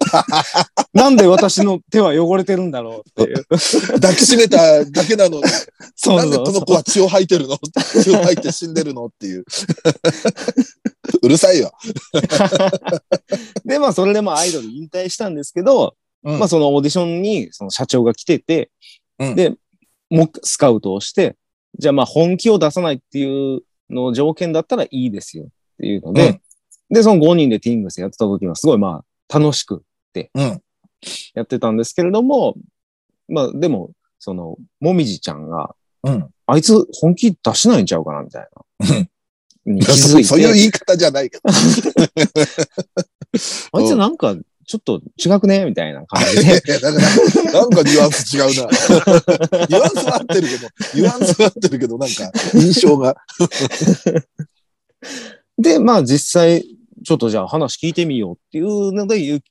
Speaker 3: なんで私の手は汚れてるんだろうっていう。
Speaker 2: 抱きしめただけなのに、
Speaker 3: そう
Speaker 2: なんで
Speaker 3: そ
Speaker 2: こ
Speaker 3: う
Speaker 2: の
Speaker 3: そ
Speaker 2: 子は血を吐いてるの血を吐いて死んでるのっていう。 うるさいよ。
Speaker 3: う。で、まあそれでもアイドル引退したんですけど、
Speaker 2: うん
Speaker 3: まあそのオーディションにその社長が来てて、
Speaker 2: うん
Speaker 3: で、もうスカウトをして、じゃあまあ本気を出さないっていうのを条件だったらいいですよっていうので、で、その5人でティングスやってた時はすごいまあ楽しくって
Speaker 2: うん
Speaker 3: やってたんですけれども、まあでも、その、もみじちゃんが、
Speaker 2: うん。
Speaker 3: あいつ本気出しないんちゃうかなみたいな。に気づいて。
Speaker 2: そういう言い方じゃないけど。
Speaker 3: あいつなんかちょっと違くねみたいな感じ
Speaker 2: いや
Speaker 3: で
Speaker 2: い。やだから、なんかニュアンス違うな。 ニュアンスは合ってるけど、ニュアンスは合ってるけど、なんか、印象が。
Speaker 3: で、まあ実際、ちょっとじゃあ話聞いてみようっていうので、ゆ,、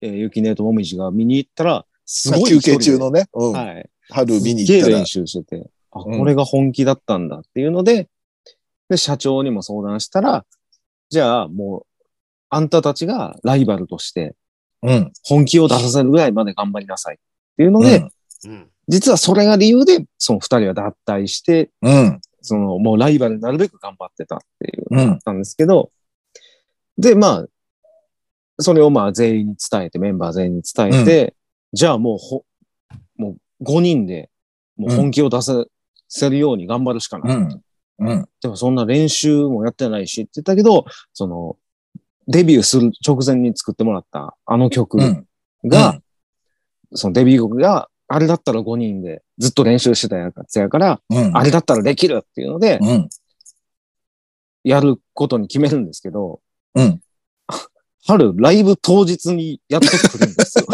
Speaker 3: えーゆきねともみじが見に行ったら、すごい
Speaker 2: 休
Speaker 3: 一人で
Speaker 2: 憩中のね、うん
Speaker 3: はい。
Speaker 2: 春見に
Speaker 3: すっ
Speaker 2: 行っ
Speaker 3: げ
Speaker 2: た
Speaker 3: え
Speaker 2: ら
Speaker 3: 練、習してて、あ、
Speaker 2: うん
Speaker 3: これが本気だったんだっていうので、で、社長にも相談したら、じゃあもう、あんたたちがライバルとして
Speaker 2: うん。
Speaker 3: 本気を出させるぐらいまで頑張りなさいっていうので、
Speaker 2: うん
Speaker 4: うん
Speaker 3: 実はそれが理由で、その二人は脱退して、
Speaker 2: うん。
Speaker 3: そのもうライバルになるべく頑張ってたっていう
Speaker 2: うん。
Speaker 3: ったんですけど、で、まあ、それをまあ全員に伝えて、メンバー全員に伝えて、じゃあもうほ、もう5人で、もう本気を出せ、せるように頑張るしかない。
Speaker 2: うん。うん。
Speaker 3: でもそんな練習もやってないしって言ったけど、その、デビューする直前に作ってもらったあの曲
Speaker 2: う
Speaker 3: が、
Speaker 2: ん。が、
Speaker 3: そのデビュー曲が、あれだったら5人でずっと練習してたやつやから、
Speaker 2: うん。
Speaker 3: あれだったらできるっていうので、
Speaker 2: うん。
Speaker 3: やることに決めるんですけど、
Speaker 2: うん
Speaker 3: 春ライブ当日にやってくるんで すよ。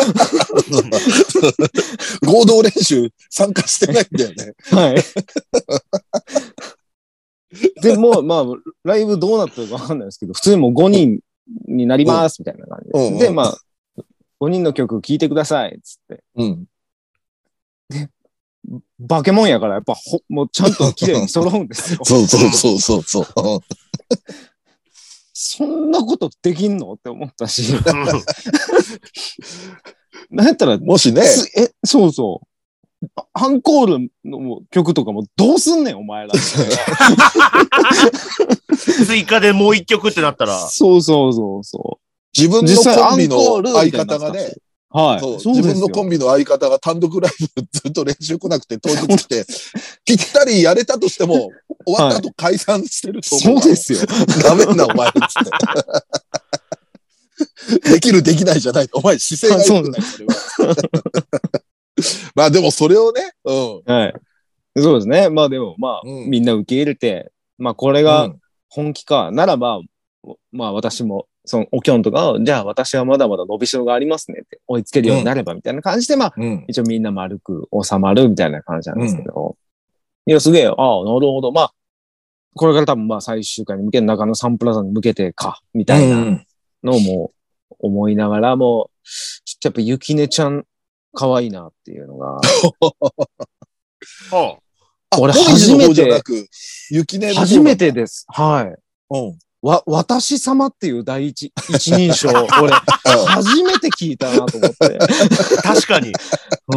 Speaker 2: 合同練習参加してないんだよね。
Speaker 3: はい。で、もう、まあ、ライブどうなってるかわかんないですけど、普通にもう5人になります、みたいな感じ
Speaker 2: うんうん
Speaker 3: で。で、まあ、5人の曲聴いてください、つって。
Speaker 2: うん。。
Speaker 3: バケモンやから、やっぱほ、もうちゃんと綺麗に揃うんですよ
Speaker 2: そうそうそうそうそう。
Speaker 3: そんなことできんのって思ったし、なんやったら、
Speaker 2: もしね、
Speaker 3: すえ、そうそう。あアンコールの曲とかもどうすんねん、お前ら。
Speaker 4: 追加でもう一曲ってなっ たら、
Speaker 3: そうそうそうそ
Speaker 2: 自分
Speaker 3: う。実際
Speaker 2: の
Speaker 3: ア
Speaker 2: コン
Speaker 3: ン
Speaker 2: ビ
Speaker 3: コール
Speaker 2: の相方がね、。
Speaker 3: はい。
Speaker 2: そう
Speaker 3: そう
Speaker 2: 自
Speaker 3: です
Speaker 2: 分の
Speaker 3: よ
Speaker 2: コンビの相方が単独ライブずっと練習来なくて当日来て、ぴったりやれたとしても、終わった後解散してると思う
Speaker 3: そ
Speaker 2: わ。
Speaker 3: うですよ。
Speaker 2: ダメな、お前。つって。できる、できないじゃない。お前、姿勢が良くない。それは まあでも、それをね、うん。
Speaker 3: はい。そうですね。まあでも、まあ、
Speaker 2: うん
Speaker 3: みんな受け入れて、まあこれが本気か、ならば、まあ私も、そのおきょんとか、あじゃあ私はまだまだ伸びしろがありますねって追いつけるようになればみたいな感じで、まあ
Speaker 2: うん。
Speaker 3: 一応みんな丸く収まるみたいな感じなんですけど。いや、すげえ、ああ、なるほど。まあ、これから多分まあ最終回に向けて中野サンプラザに向けてか、みたいなのをもう思いながらも、ちょっとやっぱゆきねちゃん可愛いなっていう のが、
Speaker 4: は
Speaker 2: あ、俺、
Speaker 3: 俺
Speaker 2: 初め
Speaker 3: 初め
Speaker 2: て。
Speaker 3: て
Speaker 2: じゃなく、雪音の方
Speaker 3: 初めてです。はい。
Speaker 2: うん。
Speaker 3: わ、私様っていう第一、一 人称、俺、初めて聞いたなと思って。
Speaker 4: あ確かに、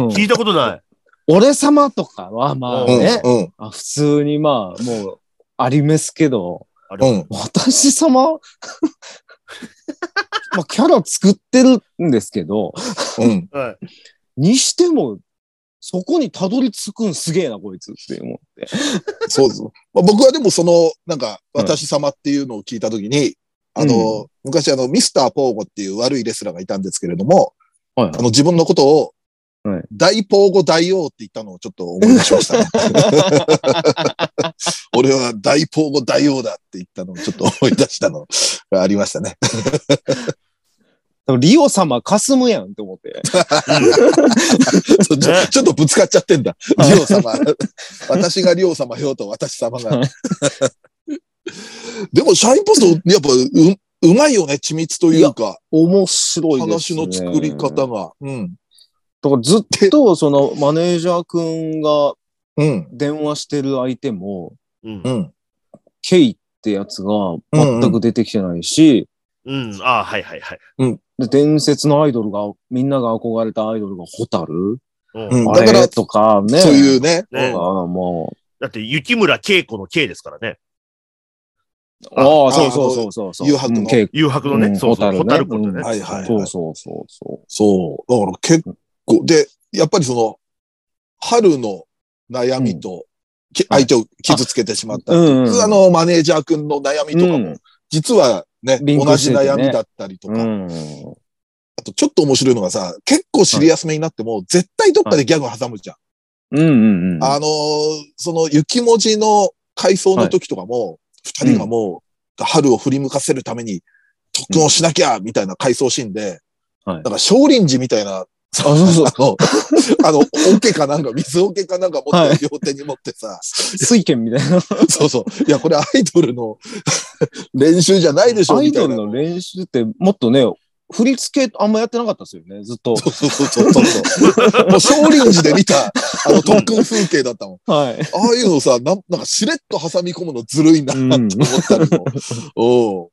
Speaker 3: うん
Speaker 4: 聞いたことない。
Speaker 3: 俺様とかは、まあ
Speaker 2: うん。
Speaker 3: ね、
Speaker 2: うん。
Speaker 3: あ普通にまあ、もう、ありますけど、
Speaker 4: あ
Speaker 2: う
Speaker 4: れ
Speaker 2: ん。
Speaker 3: 私様 まあ、キャラ作ってるんですけど、
Speaker 2: うん。
Speaker 4: はい
Speaker 3: にしても、そこにたどり着くんすげえな、こいつって思って。
Speaker 2: そうそう。まあ、僕はでも、その、なんか、
Speaker 3: うん
Speaker 2: 私様っていうのを聞いたときに、あの、昔あの、ミスターポーゴっていう悪いレスラーがいたんですけれども、
Speaker 3: はい
Speaker 2: あの、自分のことを
Speaker 3: はい、
Speaker 2: 大ポーゴ大王って言ったのをちょっと思い出しましたね。 俺は大ポーゴ大王だって言ったのをちょっと思い出したのがありましたね。
Speaker 3: リオ様かすむやんって思って。
Speaker 2: そうちょ
Speaker 4: ね
Speaker 2: ちょっとぶつかっちゃってんだ。
Speaker 3: はい
Speaker 2: リオ様。私がリオ様よと私様が
Speaker 3: は。
Speaker 2: でも、シャインポスト、やっぱ、う、うまいよね。緻密というか、
Speaker 3: 面白いです
Speaker 2: 話
Speaker 3: ね。
Speaker 2: の作り方が。うん。
Speaker 3: だからずっと、その、マネージャーくんが
Speaker 2: うん。
Speaker 3: 電話してる相手も、
Speaker 4: うん
Speaker 2: う。ん。
Speaker 3: ケイってやつが全く出てきてないし、
Speaker 4: うん。ああ、はいはいはい。
Speaker 3: で伝説のアイドルが、みんなが憧れたアイドルがホタル
Speaker 4: う
Speaker 2: うん
Speaker 4: ん
Speaker 2: だから
Speaker 3: あれとかね。
Speaker 2: そういうね。
Speaker 3: あ
Speaker 4: ね
Speaker 3: のも
Speaker 4: だって、雪村恵子の恵ですからね。
Speaker 3: う。ああ、
Speaker 2: あ
Speaker 3: そうそうそうそうそう。
Speaker 2: 誘惑の
Speaker 3: うんケイ
Speaker 4: 誘白の
Speaker 3: う
Speaker 4: ね、
Speaker 3: ん
Speaker 4: そうそう、
Speaker 3: ホ
Speaker 4: ホ
Speaker 3: タ
Speaker 4: タ
Speaker 3: ルね
Speaker 4: ルこと
Speaker 3: うん
Speaker 4: ね。
Speaker 2: はいはい、
Speaker 3: そ
Speaker 2: は
Speaker 3: う
Speaker 2: い。
Speaker 3: そうそうそ
Speaker 2: そう。だから結構、で、やっぱりその、春の悩みと、き
Speaker 3: はい
Speaker 2: 相手を傷つけてしまった。
Speaker 3: う。うん、
Speaker 2: あの、マネージャー君の悩みとかも、実はね、
Speaker 3: リン
Speaker 2: 同
Speaker 3: クし
Speaker 2: じ
Speaker 3: ててね
Speaker 2: 悩みだったりとか、
Speaker 3: うん。
Speaker 2: あとちょっと面白いのがさ、結構シリアスめになっても、絶対どっかでギャグ挟むじゃん。
Speaker 3: うんうんうん。
Speaker 2: あのーその雪文字の回想の時とかも、二、人がもう、春を振り向かせるために、特訓をしなきゃ、みたいな回想シーンで、
Speaker 3: はい
Speaker 2: なんか少林寺みたいな、
Speaker 3: そうそう
Speaker 2: あの、 あの、桶かなんか、水桶かなんか持って、両手に持ってさ、
Speaker 3: 水拳みたいな。
Speaker 2: そうそう。いや、これアイドルの 練習じゃないでしょ、
Speaker 3: アイ
Speaker 2: みた
Speaker 3: ド
Speaker 2: い
Speaker 3: ル
Speaker 2: な。
Speaker 3: の練習ってもっとね、振り付けあんまやってなかったですよね、ずっと。
Speaker 2: そうそうそうそうそう。 もう少林寺で見た、あの、特訓風景だったもん。
Speaker 3: はい。
Speaker 2: ああいうのさ、なんなんかしれっと挟み込むのずるい な、と
Speaker 3: うん
Speaker 2: 思ったりも。 おう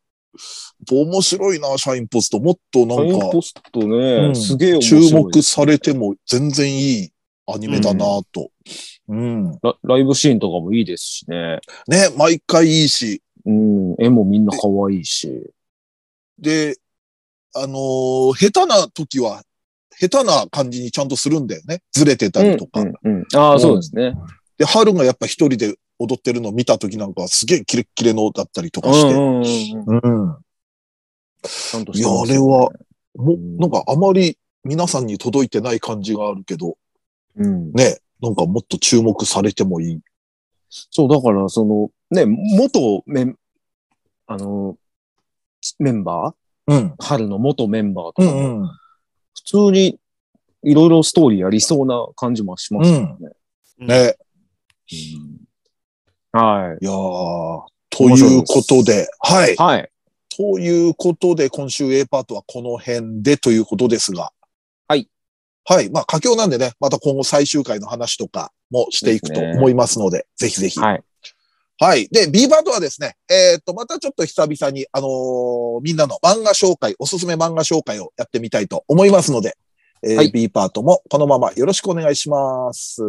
Speaker 2: 面白いな、シャインポスト。もっとな
Speaker 3: サイ
Speaker 2: ん
Speaker 3: ン
Speaker 2: か、
Speaker 3: ポストね、
Speaker 2: うん
Speaker 3: すげえ面
Speaker 2: 注
Speaker 3: 白い。
Speaker 2: 目されても全然いいアニメだなと。うん。
Speaker 3: ラ。ライブシーンとかもいいですしね。
Speaker 2: ね、毎回いいし。
Speaker 3: うん。絵もみんな可愛いし。
Speaker 2: で、あのー下手な時は、下手な感じにちゃんとするんだよね。ずれてたりとか。
Speaker 3: うんうんうんああ、そうですね。
Speaker 2: で、春がやっぱ一人で踊ってるのを見た時なんかはすげえキレッキレのだったりと
Speaker 3: う
Speaker 2: か
Speaker 3: ん
Speaker 2: して。
Speaker 3: うんうんう
Speaker 2: う
Speaker 3: ん。
Speaker 2: ん
Speaker 3: ちゃんと
Speaker 2: い
Speaker 3: して
Speaker 2: や、
Speaker 3: ま
Speaker 2: あ
Speaker 3: すよね
Speaker 2: れは、も
Speaker 3: うん
Speaker 2: なんかあまり皆さんに届いてない感じがあるけど、
Speaker 3: うん。
Speaker 2: ね、なんかもっと注目されてもいい。
Speaker 3: そう、だから、その、ね、元メン、あの、メンバ
Speaker 2: うん。
Speaker 3: 春の元メンバーと
Speaker 2: う
Speaker 3: か、
Speaker 2: んうん。
Speaker 3: 普通にいろいろストーリーやりそうな感じもしますよね。
Speaker 2: ね。
Speaker 3: はい
Speaker 2: やーということで、はい。。
Speaker 3: はい。
Speaker 2: ということで、今週 A パートはこの辺でということですが。
Speaker 3: はい。
Speaker 2: はい。まあ、佳境なんでね、また今後最終回の話とかもしていくと
Speaker 3: ですね
Speaker 2: 思いますので、ぜひぜひ。
Speaker 3: はい。
Speaker 2: はい。で、B バードはですね、えーっと、またちょっと久々に、あのーみんなの漫画紹介、おすすめ漫画紹介をやってみたいと思いますので、えー
Speaker 3: はい
Speaker 2: B パートもこのままよろしくお願いします。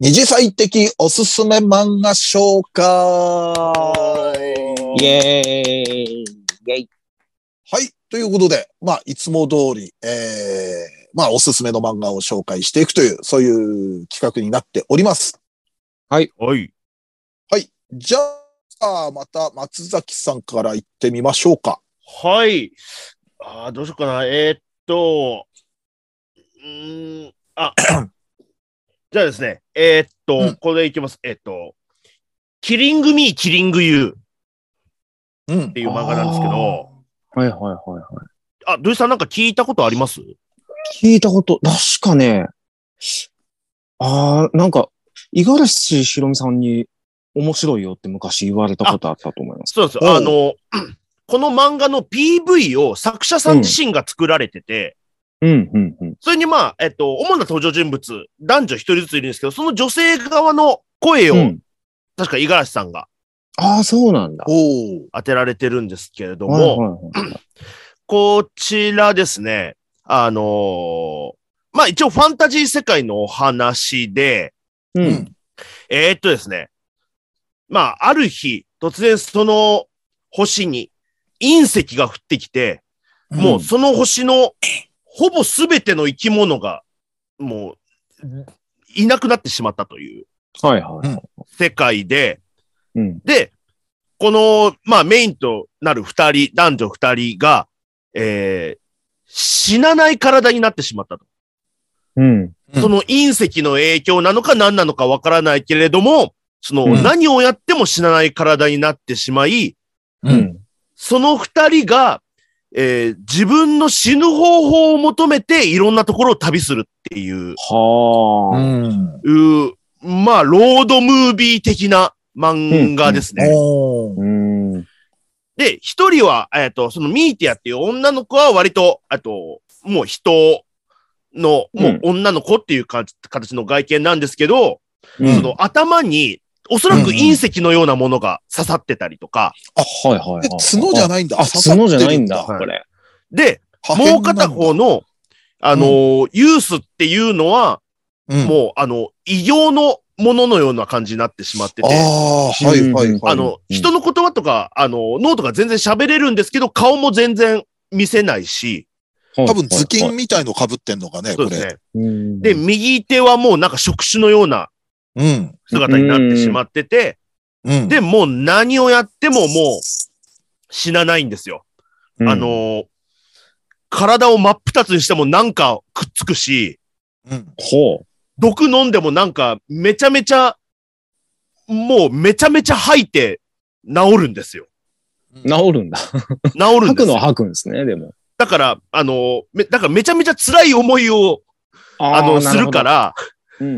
Speaker 2: 二次最適おすすめ漫画紹介。
Speaker 3: イエーイ。イェイ。
Speaker 2: はい。ということで、まあ、いつも通り、ええまあ、おすすめの漫画を紹介していくという、そういう企画になっております。
Speaker 4: おい。
Speaker 2: はい。じゃあ、また松崎さんから行ってみましょうか。
Speaker 4: はい。ああ、どうしようかな。えーっと、うーん、 あ、じゃあですね、えーっと、
Speaker 2: うん
Speaker 4: これいきます。えーっと、キリングミー、キリングユーっ
Speaker 2: うん。
Speaker 4: ていう漫画なんですけど、
Speaker 3: はいはいはいは
Speaker 4: あ、土井さんなんか聞いたことあります
Speaker 3: い。聞いたこと、確かね、あー、なんか、五十嵐ひろみさんに面白いよって昔言われたことあったと思います。
Speaker 4: そうなんです
Speaker 2: お
Speaker 4: よ。
Speaker 2: う
Speaker 4: あ の、この漫画の PV を作者さん自身が作られてて、
Speaker 3: うん、うん、うん。
Speaker 4: それにまあ、えっと、主な登場人物、男女一人ずついるんですけど、その女性側の声を、
Speaker 3: うん、
Speaker 4: 確か五十嵐さんが
Speaker 3: ああ、そうなんだ。
Speaker 2: おお。
Speaker 4: 当てられてるんですけれども、
Speaker 3: はいはいはい
Speaker 4: こちらですね。あのーまあ一応ファンタジー世界のお話で、
Speaker 3: うん。
Speaker 4: えーっとですね。まあある日、突然その星に隕石が降ってきて、もうその星のほぼ全ての生き物がもういなくなってしまったという
Speaker 3: はいはい。
Speaker 4: 世界で、
Speaker 3: うん。
Speaker 4: で、この、まあメインとなる二人、男女二人が、えー死なない体になってしまったと。
Speaker 3: うん。
Speaker 2: うん
Speaker 4: その隕石の影響なのか何なのかわからないけれども、その
Speaker 3: うん
Speaker 4: 何をやっても死なない体になってしまい、
Speaker 2: う。
Speaker 3: うんん。
Speaker 4: その二人が、えー自分の死ぬ方法を求めていろんなところを旅するっていう、
Speaker 2: う
Speaker 3: はあ。
Speaker 2: ん。
Speaker 4: うーまあロードムービー的な漫画ですね。
Speaker 2: おー
Speaker 3: うん。
Speaker 4: で、一人は、えっ、と、そのミーティアっていう女の子は割と、あと、もう人の、もう女の子っていうか、形の外見なんですけど、
Speaker 3: うん
Speaker 4: その頭に、おそらく隕石のようなものが刺さってたりとか、
Speaker 3: はいはいは
Speaker 2: え
Speaker 3: い。
Speaker 2: 角じゃないんだ。
Speaker 3: あ、角じゃないんだ、
Speaker 2: 刺さ
Speaker 3: これ。
Speaker 4: で、
Speaker 2: ってるんだ
Speaker 4: もう片。方の、あのーユースっていうのは、
Speaker 2: うん
Speaker 4: もう、あの、異形のもののような感じになってしまって
Speaker 2: あ
Speaker 4: て、
Speaker 2: あ、はいはいはい。
Speaker 4: あの、
Speaker 3: うん
Speaker 4: 人の言葉とか、あの、脳とか全然喋れるんですけど、顔も全然見せないし、
Speaker 2: 多分頭巾みたいの被ってんのかね、
Speaker 4: そ
Speaker 2: こ
Speaker 4: うですね
Speaker 2: れ。。
Speaker 3: 巾
Speaker 4: で、右手はもうなんか触手のような
Speaker 2: うん。
Speaker 4: 姿になってしまってて、
Speaker 2: うん。
Speaker 4: で、もう何をやってももう死なないんですよ。あの、ー、体を真っ二つにしてもなんかくっつくし、
Speaker 2: うん。
Speaker 3: ほ
Speaker 4: 毒飲んでもなんかめちゃめちゃ、もうめちゃめちゃ吐いて治るんですよ。
Speaker 3: う。治るんだ。
Speaker 4: 治るん
Speaker 3: 吐
Speaker 4: で
Speaker 3: く
Speaker 4: す
Speaker 3: のは
Speaker 4: よ。
Speaker 3: 吐くんですね、でも。
Speaker 4: だから、あのー、めだからめちゃめちゃ辛い思いを、あの、するか、ら、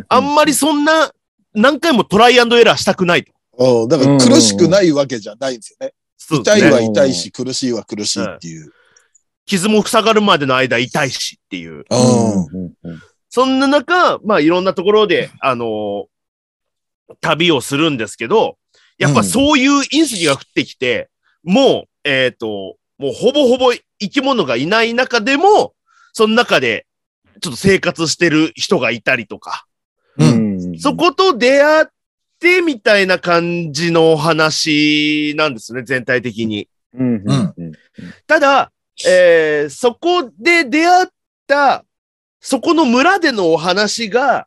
Speaker 4: あんまりそんな、何回もトライアンドエラーしたくないと。
Speaker 2: うんだから苦しくないわけじゃないんですよね。
Speaker 4: そうです
Speaker 2: 痛
Speaker 4: ね
Speaker 2: いは痛いし、苦しいは苦しいっていう。
Speaker 4: 傷も塞がるまでの間痛いしっていう。
Speaker 2: うん。
Speaker 4: そんな中、まあいろんなところで、あのー旅をするんですけど、やっぱそういう隕石が降ってきて、もう、えっ、と、もうほぼほぼ生き物がいない中でも、その中で、ちょっと生活してる人がいたりとか、
Speaker 3: うん。
Speaker 4: そこと出会ってみたいな感じのお話なんですね、全体的に。
Speaker 3: うん。うん。
Speaker 4: ただ、えーそこで出会った、そこの村でのお話が、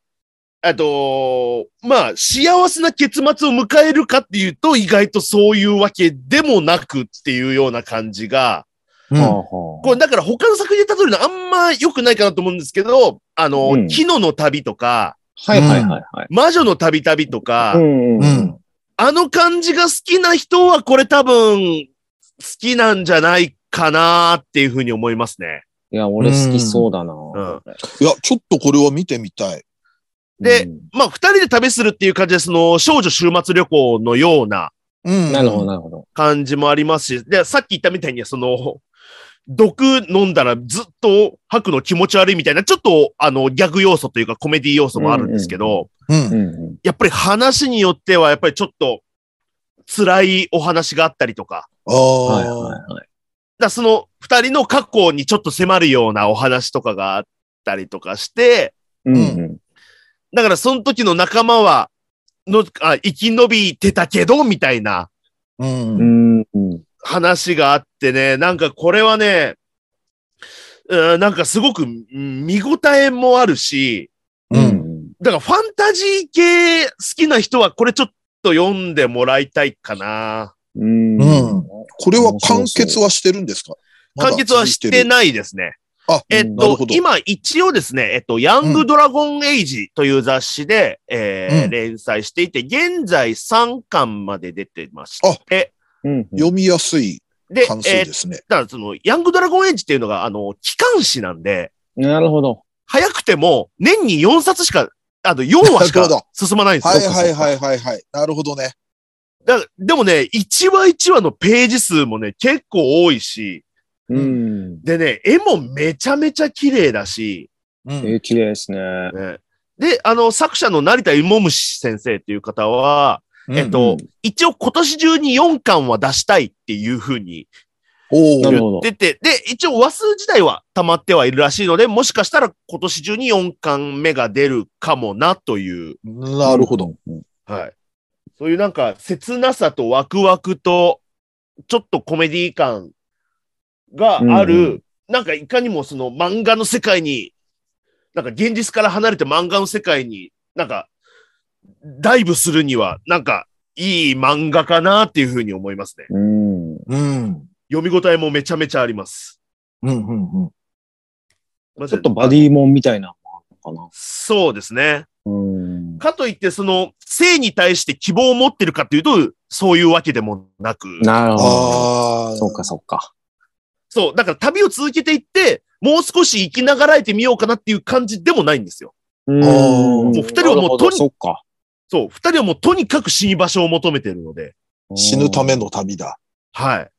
Speaker 4: あと、まあ、幸せな結末を迎えるかっていうと、意外とそういうわけでもなくっていうような感じが、
Speaker 2: うん
Speaker 4: これだから他の作品で例えるのあんま良くないかなと思うんですけど、あの、
Speaker 3: うん
Speaker 4: キノの旅とか、
Speaker 3: はいはいはいはい。
Speaker 4: 魔女の旅旅とか、
Speaker 3: ん
Speaker 2: う。ん。
Speaker 4: あの感じが好きな人はこれ多分好きなんじゃないかなっていうふうに思いますね。
Speaker 3: いや、俺好きそうだな。
Speaker 4: ん
Speaker 2: いや、ちょっとこれは見てみたい。
Speaker 4: で
Speaker 3: うん、
Speaker 4: まあ二人で旅するっていう感じで、その少女週末旅行のような
Speaker 2: うん
Speaker 3: なるほど、なるほど。
Speaker 4: 感じもありますし、で、さっき言ったみたいに、その、毒飲んだらずっと吐くの気持ち悪いみたいな、ちょっとあのギャグ要素というかコメディ要素もあるんですけど、
Speaker 2: うん。
Speaker 3: ん。
Speaker 4: やっぱり話によってはやっぱりちょっと辛いお話があったりとか、
Speaker 2: あ
Speaker 3: はい
Speaker 2: あ。
Speaker 3: はいはい。
Speaker 4: だからその二人の過去にちょっと迫るようなお話とかがあったりとかして、
Speaker 3: うん
Speaker 4: だからその時の仲間は、のあ生き延びてたけど、みたいな
Speaker 2: う。
Speaker 3: うんん。うん。
Speaker 4: 話があってね、なんかこれはね、うんなんかすごくうん見応えもあるし、
Speaker 2: う。
Speaker 3: うんん。
Speaker 4: だからファンタジー系好きな人はこれちょっと読んでもらいたいかな。
Speaker 3: うん。
Speaker 2: うんこれは完結はしてるんですか
Speaker 4: 完結はして
Speaker 2: い。
Speaker 4: ないですね。
Speaker 2: あ
Speaker 4: えっ
Speaker 2: なる
Speaker 4: と
Speaker 2: ほ、ど
Speaker 4: 今一応ですね、えっと、ヤングドラゴンエイジという雑誌で、えー
Speaker 2: うん
Speaker 4: 連載していて、現在3巻まで出てまして、
Speaker 3: うん。
Speaker 2: 読みやすい
Speaker 4: で、
Speaker 2: 関数
Speaker 4: え
Speaker 2: で
Speaker 4: ー
Speaker 2: すね。
Speaker 4: ただその、ヤングドラゴンエイジっていうのが、あの、機関誌なんで、
Speaker 3: なるほど。
Speaker 4: 早くても年に4冊しか、あの、4話し
Speaker 2: なるほ
Speaker 4: か進まないんです
Speaker 2: は
Speaker 4: よ。
Speaker 2: いはいはいはいはい。なるほどね。
Speaker 4: だからでもね、1話1話のページ数もね、結構多いし、
Speaker 3: うん。
Speaker 4: でね、絵もめちゃめちゃ綺麗だし、
Speaker 2: う
Speaker 3: え
Speaker 2: ん。
Speaker 3: ー、綺麗ですね。
Speaker 4: ねで、あの、作者の成田ゆもむし先生っていう方は、
Speaker 2: うん
Speaker 4: えっと、一応今年中に4巻は出したいっていうふうに
Speaker 2: お
Speaker 3: なる
Speaker 2: ー
Speaker 3: ほど。
Speaker 4: 出て、で、一応話数自体は溜まってはいるらしいので、もしかしたら今年中に4巻目が出るかもなという、
Speaker 2: なるほど。
Speaker 4: はい。そういうなんか切なさとワクワクと、ちょっとコメディ感がある、
Speaker 3: うんうん
Speaker 4: なんかいかにもその漫画の世界に、なんか現実から離れて漫画の世界に、なんか、ダイブするには、なんか、いい漫画かなっていうふうに思いますね。
Speaker 3: うん。
Speaker 2: うん。
Speaker 4: 読み応えもめちゃめちゃあります。
Speaker 2: うんうんうん。
Speaker 4: ち
Speaker 3: ちょっとバディモンみたいなのもあ
Speaker 4: そうですね。
Speaker 3: るのか
Speaker 4: かといって、その、性に対して希望を持ってるかっていうと、そういうわけでもなく。
Speaker 3: な。うん。なるほ
Speaker 2: ああ。
Speaker 3: ど。そうかそうか。
Speaker 4: そう。だから旅を続けていって、もう少し生きながらえてみようかなっていう感じでもないんですよ。
Speaker 3: うん
Speaker 2: も
Speaker 4: う二人はもう
Speaker 3: なるほ
Speaker 4: と
Speaker 3: ど
Speaker 4: に
Speaker 3: そっか。
Speaker 4: そう。二人はもうとにかく死に場所を求めてるので。
Speaker 2: 死ぬための旅だ。
Speaker 4: はい。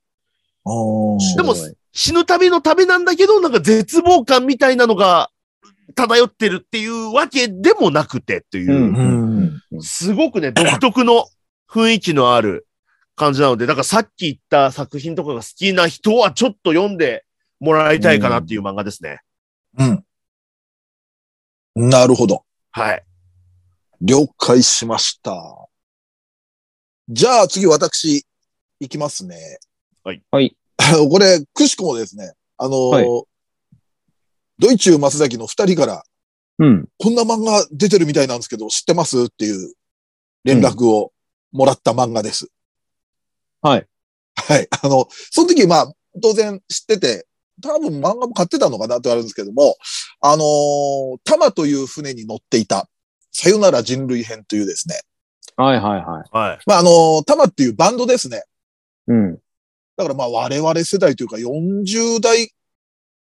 Speaker 2: おー
Speaker 4: でも
Speaker 3: すごい、
Speaker 4: 死ぬ旅の旅なんだけど、なんか絶望感みたいなのが漂ってるっていうわけでもなくてっていうう、
Speaker 3: ん
Speaker 2: うん。
Speaker 4: すごくね、独特の雰囲気のある感じなので、だからさっき言った作品とかが好きな人はちょっと読んでもらいたいかなっていう漫画ですね。
Speaker 2: うん。なるほど。
Speaker 4: はい。
Speaker 2: 了解しました。じゃあ次私、行きますね。
Speaker 4: はい。
Speaker 3: はい。
Speaker 2: これ、くしくもですね、あのー
Speaker 3: はい
Speaker 2: ドイチュー松崎の二人から、
Speaker 3: うん。
Speaker 2: こんな漫画出てるみたいなんですけど、知ってますっていう連絡をもらった漫画です。
Speaker 3: はい。
Speaker 2: はい。 あの、その時、まあ、当然知ってて、多分漫画も買ってたのかなってあるんですけども、あのータマという船に乗っていた、さよなら人類編というですね、
Speaker 3: はいはいはい。
Speaker 4: はい。
Speaker 2: まあ、あのータマっていうバンドですね。
Speaker 3: うん。
Speaker 2: だからまあ我々世代というか40代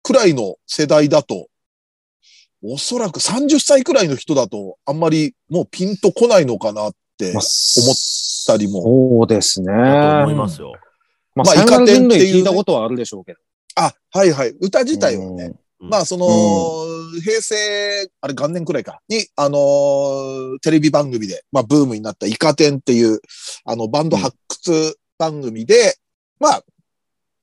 Speaker 2: くらいの世代だと、おそらく30歳くらいの人だとあんまりもうピンとこないのかなって。
Speaker 3: まあ
Speaker 2: 思ったりも
Speaker 3: そうですね。
Speaker 4: だと思い
Speaker 3: ま
Speaker 4: ますよ。
Speaker 3: あ、
Speaker 2: まあ
Speaker 3: サヨナラ人
Speaker 2: イカ天って
Speaker 3: 類
Speaker 2: いうね
Speaker 3: 聞いたことはあるでしょうけど。
Speaker 2: あ、はいはい。歌自体はね。
Speaker 4: うん
Speaker 2: まあその、平成、あれ元年くらいか、に、あのーテレビ番組で、まあブームになったイカ天っていう、あのバンド発掘番組で、まあ、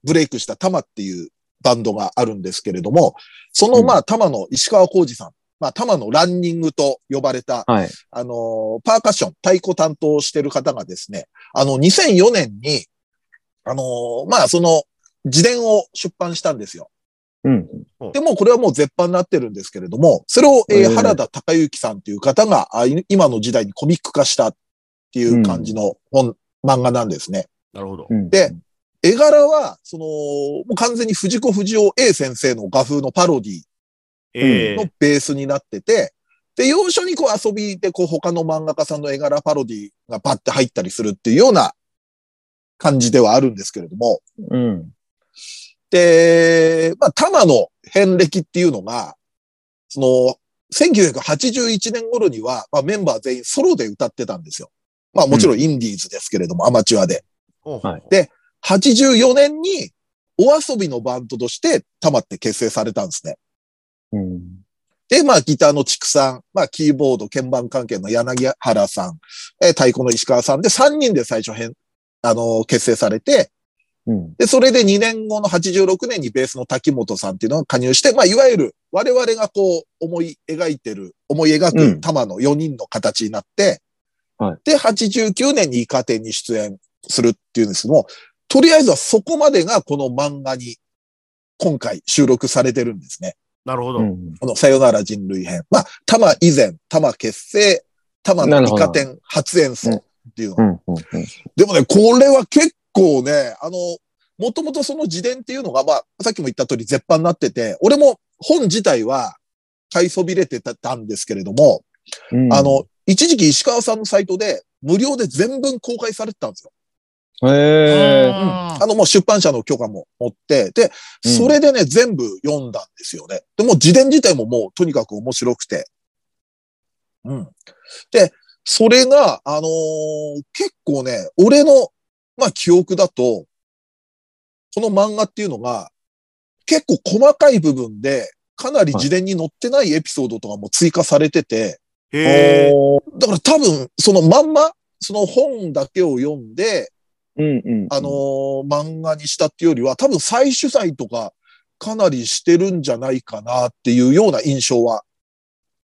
Speaker 2: ブレイクしたタマっていうバンドがあるんですけれども、その
Speaker 3: うん
Speaker 2: まあタマの石川浩二さん、まあタマのランニングと呼ばれた、
Speaker 3: はい。
Speaker 2: あのーパーカッション、太鼓担当してる方がですね、あの2004年に、あのーまあその自伝を出版したんですよ。
Speaker 3: うん。
Speaker 2: で、もうこれはもう絶版になってるんですけれども、それを、えー
Speaker 3: ええ
Speaker 2: 原田隆之さんという方があい今の時代にコミック化したっていう感じの本、漫画なんですね。
Speaker 4: なるほど
Speaker 3: う。ん
Speaker 2: で、絵柄は、その、もう完全に藤子不二雄 A 先生の画風のパロディ
Speaker 4: ええ
Speaker 2: のベースになってて、で、要所にこう遊びで、こう他の漫画家さんの絵柄パロディがパッて入ったりするっていうような感じではあるんですけれども、
Speaker 3: うん。
Speaker 2: で、まあ、玉の遍歴っていうのが、その、1981年頃には、まあ、メンバー全員ソロで歌ってたんですよ。まあもちろんインディーズですけれども、アマチュアで。
Speaker 3: はい
Speaker 4: で、
Speaker 2: 84年にお遊びのバンドとしてタマって結成されたんですね。
Speaker 3: うん。
Speaker 2: で、まあギターの畜さん、まあキーボード、鍵盤関係の柳原さん、えー太鼓の石川さんで3人で最初編、あのー結成されて、
Speaker 3: うん。
Speaker 2: で、それで2年後の86年にベースの滝本さんっていうのが加入して、まあいわゆる我々がこう思い描いてる、思い描
Speaker 3: うん
Speaker 2: く玉の4人の形になって、
Speaker 3: はい
Speaker 2: で、89年にイカ天に出演するっていうんですけども、とりあえずはそこまでがこの漫画に今回収録されてるんですね。
Speaker 4: なるほど。
Speaker 3: うん。
Speaker 2: このさよなら人類編。まあ、玉以前、玉結成、玉のイカ天初演奏っていうの。
Speaker 3: うん。うん。
Speaker 2: でもね、これは結構ね、あの、もともとその自伝っていうのが、まあ、さっきも言った通り絶版になってて、俺も本自体は買いそびれてたんですけれども、
Speaker 3: うん
Speaker 2: あ、の、一時期石川さんのサイトで無料で全文公開されてたんですよ。
Speaker 3: へえ。
Speaker 4: あ
Speaker 2: あの、もう出版社の許可も持って、で、
Speaker 3: うん
Speaker 2: それでね、全部読んだんですよね。でもう自伝自体ももうとにかく面白くて。うん。で、それが、あのー結構ね、俺の、まあ記憶だと、この漫画っていうのが、結構細かい部分で、かなり自伝に載ってないエピソードとかも追加されてて、
Speaker 4: へえ。
Speaker 3: おー
Speaker 2: だから多分、そのまんま、その本だけを読んで、
Speaker 3: うんうん。
Speaker 2: あの、ー漫画にしたっていうよりは、多分再取材とかかなりしてるんじゃないかなっていうような印象は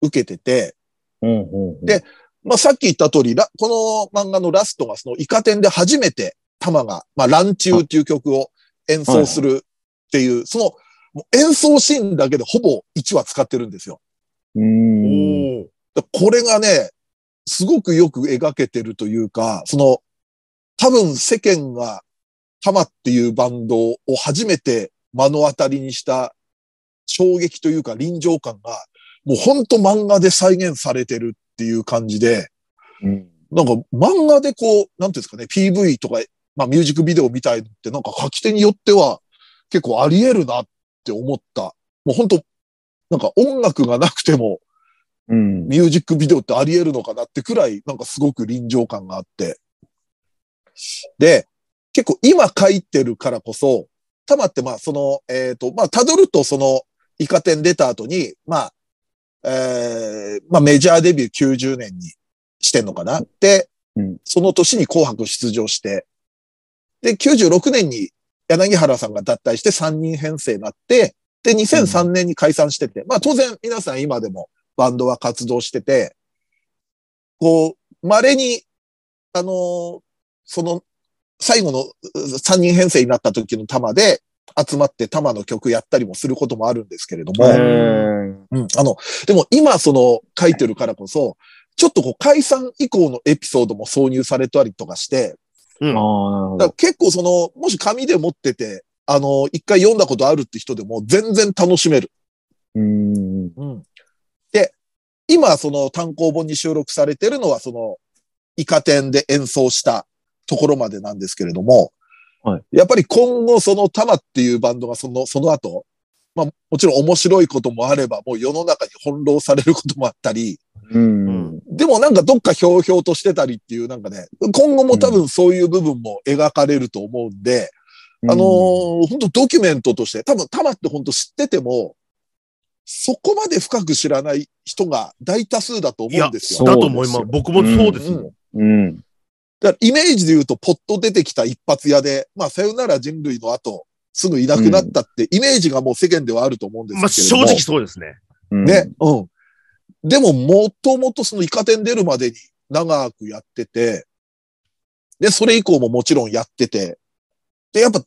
Speaker 2: 受けてて、
Speaker 3: うんうんうん。
Speaker 2: でまあさっき言った通り、ラこの漫画のラストがそのイカ天で初めて玉が、まあランチューっていう曲を演奏するっていう、そのもう演奏シーンだけでほぼ1話使ってるんですよ。
Speaker 3: うん。
Speaker 4: おお。
Speaker 2: だこれがね、すごくよく描けてるというか、その、多分世間がタマっていうバンドを初めて目の当たりにした衝撃というか臨場感が、もうほんと漫画で再現されてるっていう感じで、
Speaker 3: うん
Speaker 2: なんか漫画でこう、なんていうんですかね、PV とか、まあミュージックビデオみたいのってなんか書き手によっては結構あり得るなって思った。もうほんと、なんか音楽がなくても
Speaker 3: うん。
Speaker 2: ミュージックビデオってあり得るのかなってくらい、なんかすごく臨場感があって。で、結構今書いてるからこそ、たまってまあその、えっ、と、まあ辿るとその、イカ天出た後に、まあ、えーまあメジャーデビュー90年にしてんのかなで、
Speaker 3: うん
Speaker 2: その年に紅白出場して、で、96年に柳原さんが脱退して3人編成になって、で、2003年に解散してて、まあ当然皆さん今でもバンドは活動してて、こう、稀に、あのーその、最後の3人編成になった時の玉で集まって玉の曲やったりもすることもあるんですけれども、
Speaker 3: へー
Speaker 2: うん、あの、でも今その書いてるからこそ、ちょっとこう解散以降のエピソードも挿入されたりとかして、
Speaker 4: うん
Speaker 3: ああ、なるほ
Speaker 2: だから
Speaker 3: ど。
Speaker 2: 結構その、もし紙で持ってて、あの、一回読んだことあるって人でも全然楽しめる。
Speaker 3: うん。
Speaker 2: うん。で、今その単行本に収録されてるのはその、イカ天で演奏したところまでなんですけれども、
Speaker 3: はい
Speaker 2: やっぱり今後そのタマっていうバンドがその、その後、まあもちろん面白いこともあれば、もう世の中に翻弄されることもあったり、
Speaker 3: うん。
Speaker 2: でもなんかどっかひょうひょうとしてたりっていうなんかね、今後も多分そういう部分も描かれると思うんで、あのー、本当ドキュメントとして、多分タマって本当知ってても、そこまで深く知らない人が大多数だと
Speaker 4: い
Speaker 2: 思う
Speaker 4: や、
Speaker 2: んです
Speaker 4: そ
Speaker 2: よ。
Speaker 4: うだと思いま
Speaker 3: そ
Speaker 4: す
Speaker 3: う。ですよ
Speaker 4: 僕もそうです
Speaker 2: う
Speaker 4: もん。
Speaker 2: ん
Speaker 3: うん。
Speaker 2: だからイメージで言うと、ポッと出てきた一発屋で、まあ、さよなら人類の後、すぐいなくなったって、イメージがもう世間ではあると思うんですけ
Speaker 4: まあ、
Speaker 2: れど
Speaker 4: 正
Speaker 2: も、
Speaker 4: 直そうですね。
Speaker 3: うん。
Speaker 2: ね、うん。でも、もともとそのイカ天出るまでに長くやってて、で、それ以降ももちろんやってて、で、やっぱ、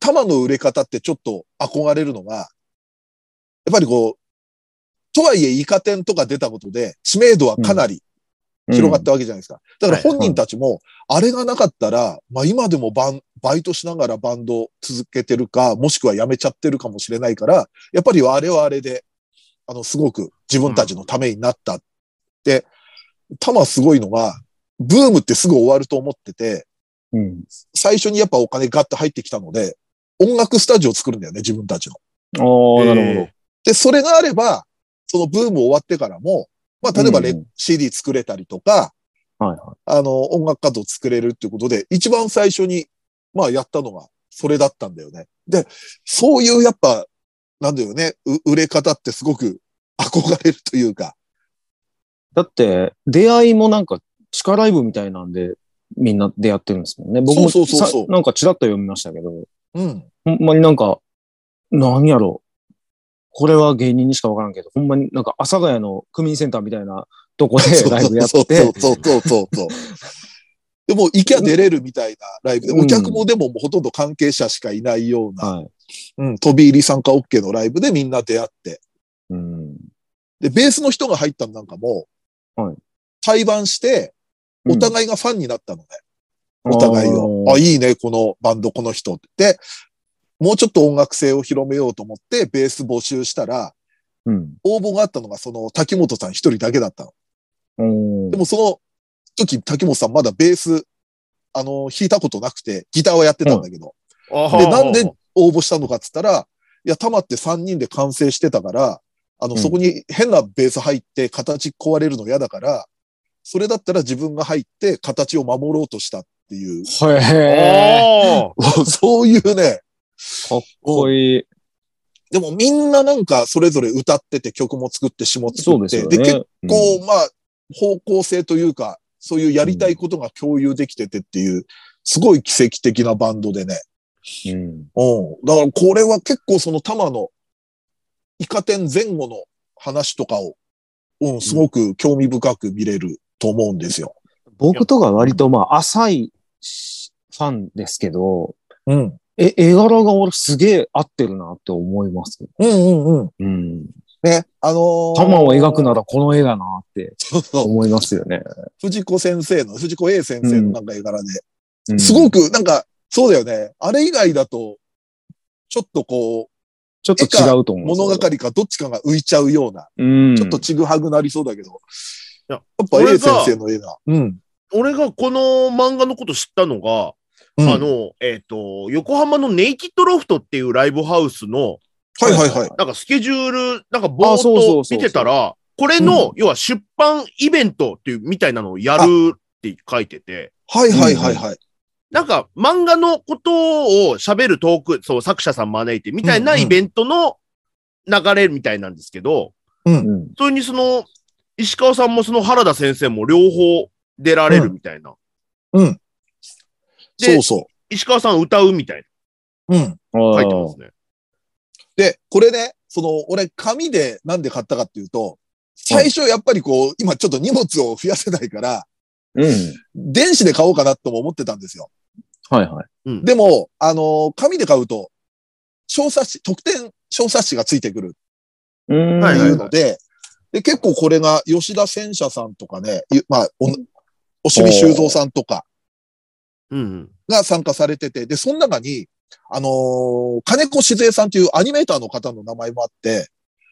Speaker 2: 玉の売れ方ってちょっと憧れるのが、やっぱりこう、とはいえイカ天とか出たことで、知名度はかなり広がったわけじゃないですか。だから
Speaker 3: はい
Speaker 2: 本人たちも、あれがなかったら、まあ今でもバンバイトしながらバンドを続けてるか、もしくは辞めちゃってるかもしれないから、やっぱりあれはあれで、あの、すごく自分たちのためになったっで、タマすごいのが、ブームってすぐ終わると思ってて、
Speaker 3: うん。
Speaker 2: 最初にやっぱお金ガッと入ってきたので、音楽スタジオを作るんだよね、自分たちの。
Speaker 3: ああ、なるほど。
Speaker 2: で、それがあれば、そのブーム終わってからも、まあ、例えばレ、
Speaker 3: うん
Speaker 2: CD 作れたりとか、
Speaker 3: はいは
Speaker 2: あの、音楽活動作れるっていうことで、一番最初に、まあ、やったのが、それだったんだよね。で、そういう、やっぱ、なんだよね、う売れ方ってすごく憧れるというか、
Speaker 3: い。だって、出会いもなんか地下ライブみたいなんで、みんな出会ってるんですもんね。僕も
Speaker 2: そうそうそうそう
Speaker 3: さなんかちらっと読みましたけど、
Speaker 2: うん。
Speaker 3: ほんまになんか、何やろう。これは芸人にしかわからんけど、ほんまになんか阿佐ヶ谷の区民センターみたいな とこでライブやって、
Speaker 2: そうそうそうそうそうそう。でも、行きゃ出れるみたいなライブで、
Speaker 3: うん
Speaker 2: お客もでももうほとんど関係者しかいないような、
Speaker 3: はい。
Speaker 2: うん、飛び入り参加 OK のライブでみんな出会って、
Speaker 3: うん。
Speaker 2: で、ベースの人が入ったのなんかも、
Speaker 3: はい
Speaker 2: 対バンして、お互いがファンになったのね。お互いを。
Speaker 3: あー
Speaker 2: あ、いいね、このバンド、この人って。でもうちょっと音楽性を広めようと思って、ベース募集したら、
Speaker 3: うん。
Speaker 2: 応募があったのがその滝本さん一人だけだったの。
Speaker 3: うん
Speaker 2: でもその時、滝本さんまだベース、あの、弾いたことなくて、ギターはやってたんだけど。で、なんで応募したのかっつったら、いや、玉って3人で完成してたから、あの、
Speaker 3: うん
Speaker 2: そこに変なベース入って形壊れるの嫌だから、それだったら自分が入って形を守ろうとしたって いう、
Speaker 3: へえ。
Speaker 4: おー
Speaker 2: そういうね、
Speaker 3: かっこいい。
Speaker 2: でもみんななんかそれぞれ歌ってて曲も作って詩も作
Speaker 3: そう
Speaker 2: っ
Speaker 3: で
Speaker 2: て、
Speaker 3: すよね。
Speaker 2: 結構、
Speaker 3: うん
Speaker 2: まあ、方向性というか、そういうやりたいことが共有できててっていう、すごい奇跡的なバンドでね、
Speaker 3: うん
Speaker 2: うん。だからこれは結構その玉のイカ天前後の話とかを、うん、すごく興味深く見れると思うんですよ。
Speaker 3: 僕とか割とまあ、浅いしファンですけど、
Speaker 2: うん。
Speaker 3: え、絵柄が俺すげえ合ってるなって思います。
Speaker 2: うんうんうん。
Speaker 3: うん。
Speaker 2: ね、あのー、
Speaker 3: 玉を描くならこの絵だなって
Speaker 2: そうそう。
Speaker 3: 思いますよね。
Speaker 2: 藤子先生の、藤子 A 先生のなんか絵柄で、
Speaker 3: うん
Speaker 2: すごくなんか、そうだよね。あれ以外だと、ちょっとこ
Speaker 3: ちょっと違うと思
Speaker 2: う、
Speaker 3: う。
Speaker 2: 物語かどっちかが浮いちゃうような、
Speaker 3: うん。
Speaker 2: ちょっとちぐはぐなりそうだけど、や
Speaker 4: や
Speaker 2: っぱ
Speaker 4: こ
Speaker 2: A
Speaker 4: れ
Speaker 2: 先
Speaker 4: が
Speaker 2: 生の絵が、うん。
Speaker 4: 俺がこの漫画のこと知ったのが、
Speaker 2: うん
Speaker 4: あ、の、えっ、と、横浜のネイキッドロフトっていうライブハウスの、
Speaker 2: はいはいはい。
Speaker 4: なんかスケジュール、なんかぼー
Speaker 3: あ
Speaker 4: っ
Speaker 3: そうそうそう
Speaker 4: と
Speaker 3: そう
Speaker 4: 見てたら、これの、要は出版イベントっていう、みたいなのをやるって書いてて、
Speaker 2: はいはいはいはい。
Speaker 4: なんか漫画のことを喋るトーク、そう、作者さん招いてみたい
Speaker 2: うん
Speaker 4: な
Speaker 2: うん
Speaker 4: イベントの流れみたいなんですけど、
Speaker 3: うん。
Speaker 4: それにその、石川さんもその原田先生も両方出られるみたいな。で
Speaker 2: そうそ。
Speaker 4: 石川さん歌うみたいう
Speaker 2: うん。
Speaker 4: な
Speaker 3: 書
Speaker 4: 書いてますね。
Speaker 2: で、これね、その、俺、紙でなんで買ったかっていうと、最初やっぱりこう、今ちょっと荷物を増やせないから、
Speaker 3: うん。
Speaker 2: 電子で買おうかなとも思ってたんですよ。
Speaker 3: はいはい。
Speaker 4: うん。
Speaker 2: でも、あの、紙で買うと、小冊子、特典小冊子がついてくる
Speaker 3: うん。
Speaker 4: は
Speaker 2: って
Speaker 4: はいは
Speaker 2: うので、で、結構これが吉田戦車さんとかね、ゆまあ、お、おしみ修造さんとか
Speaker 4: うん。
Speaker 2: が参加されてて、で、その中に、あのー金子静江さんというアニメーターの方の名前もあって、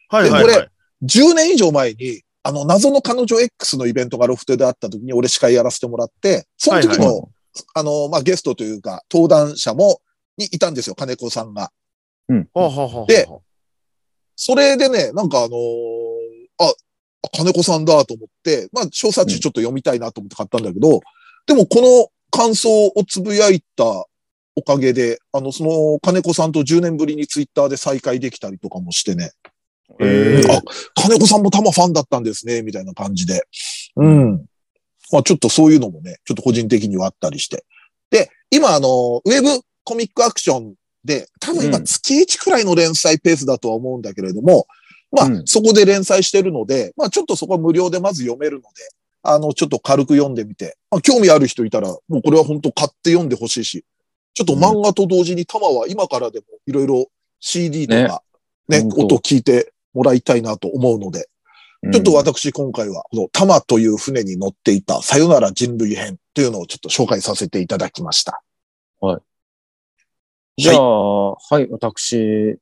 Speaker 4: はいはい
Speaker 2: で
Speaker 4: は
Speaker 2: こ
Speaker 4: い。
Speaker 2: 10年以上前に、あの、謎の彼女 X のイベントがロフトであった時に俺司会やらせてもらって、その時の、
Speaker 4: はい
Speaker 2: あの、まあ、ゲストというか、登壇者も、にいたんですよ、金子さんが。
Speaker 4: はあはあはあはあ
Speaker 2: でそれでね、なんかあのーあ、金子さんだと思って、まあ、小冊子ちょっと読みたいなと思って買ったんだけど、でもこの感想をつぶやいたおかげで、あの、その金子さんと10年ぶりにツイッターで再会できたりとかもしてね、
Speaker 4: え
Speaker 2: あ、金子さんもタマファンだったんですね、みたいな感じで。うん。まあちょっとそういうのもね、ちょっと個人的にはあったりして。で、今あの、ウェブコミックアクションで、多分今
Speaker 3: うん
Speaker 2: 月1くらいの連載ペースだとは思うんだけれども、まあ、
Speaker 3: うん
Speaker 2: そこで連載してるので、まあちょっとそこは無料でまず読めるので、あの、ちょっと軽く読んでみて、まあ、興味ある人いたら、もうこれは本当買って読んでほしいし、ちょっと漫画と同時にタマは今からでもいろいろ CD とか、ね、
Speaker 3: 本
Speaker 2: 音
Speaker 3: 当
Speaker 2: 聞いてもらいたいなと思うので、
Speaker 3: うん
Speaker 2: ちょっと私今回は、このタマという船に乗っていたさよなら人類編というのをちょっと紹介させていただきました。
Speaker 3: じゃあ、はい、私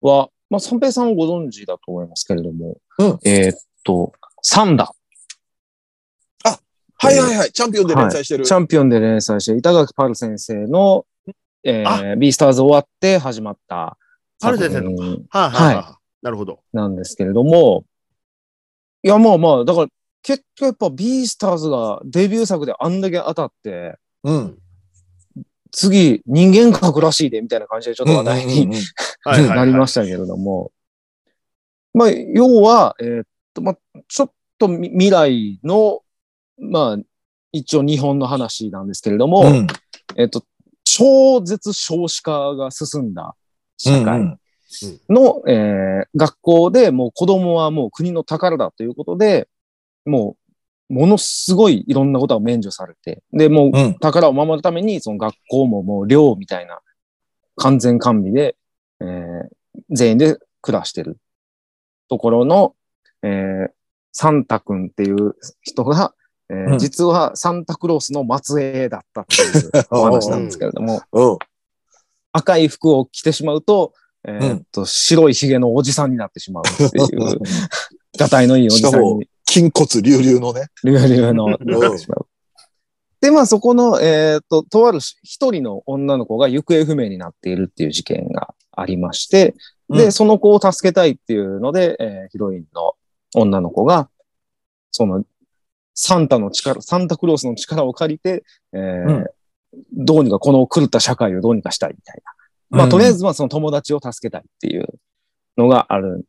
Speaker 3: は、まあ、三平さんをご存知だと思いますけれども、
Speaker 2: うん
Speaker 3: えーっと、サンダ
Speaker 2: はいはいはい。チャンピオンで連載してる。
Speaker 3: チャンピオンで連載して、板垣パル先生の、えー、ビースターズ終わって始まった
Speaker 4: パル
Speaker 3: 作
Speaker 4: 先生の
Speaker 3: 品
Speaker 4: はい、はい、はい。なるほど。
Speaker 3: なんですけれども、いや、まあまあ、だから、結局やっぱビースターズがデビュー作であんだけ当たって、
Speaker 2: うん。
Speaker 3: 次、人間格らしいで、みたいな感じでちょっと話題に
Speaker 2: うんうんうん
Speaker 4: はい、はい、はい。
Speaker 3: なりましたけれども、まあ、要は、えーっと、まあ、ちょっとみ未来の、まあ、一応日本の話なんですけれども、
Speaker 2: うん
Speaker 3: えーっと、超絶少子化が進んだ社会
Speaker 2: うん
Speaker 3: の、えー学校でもう子供はもう国の宝だということで、もう、ものすごいいろんなことが免除されて、で、もう
Speaker 2: うん
Speaker 3: 宝を守るために、その学校ももう寮みたいな完全完備で、えー全員で暮らしてるところの、えーサンタ君っていう人が、えー
Speaker 2: うん
Speaker 3: 実はサンタクロースの末裔だったっていうお話なんですけれども、
Speaker 2: うん。
Speaker 3: 赤い服を着てしまうと、えー
Speaker 2: うん
Speaker 3: っと、白い髭のおじさんになってしまうって いう、がたいのいいおじさんに、
Speaker 2: 筋骨隆々のね。
Speaker 3: リュウリュウの、なってしまう。で、まあそこの、えーっと、とあるし一人の女の子が行方不明になっているっていう事件がありまして、で、
Speaker 2: うん
Speaker 3: その子を助けたいっていうので、えーヒロインの女の子が、その、サンタの力、サンタクロースの力を借りて、えー
Speaker 2: うん
Speaker 3: どうにかこの狂った社会をどうにかしたいみたいな。まあ、とりあえず、まあ、その友達を助けたいっていうのがある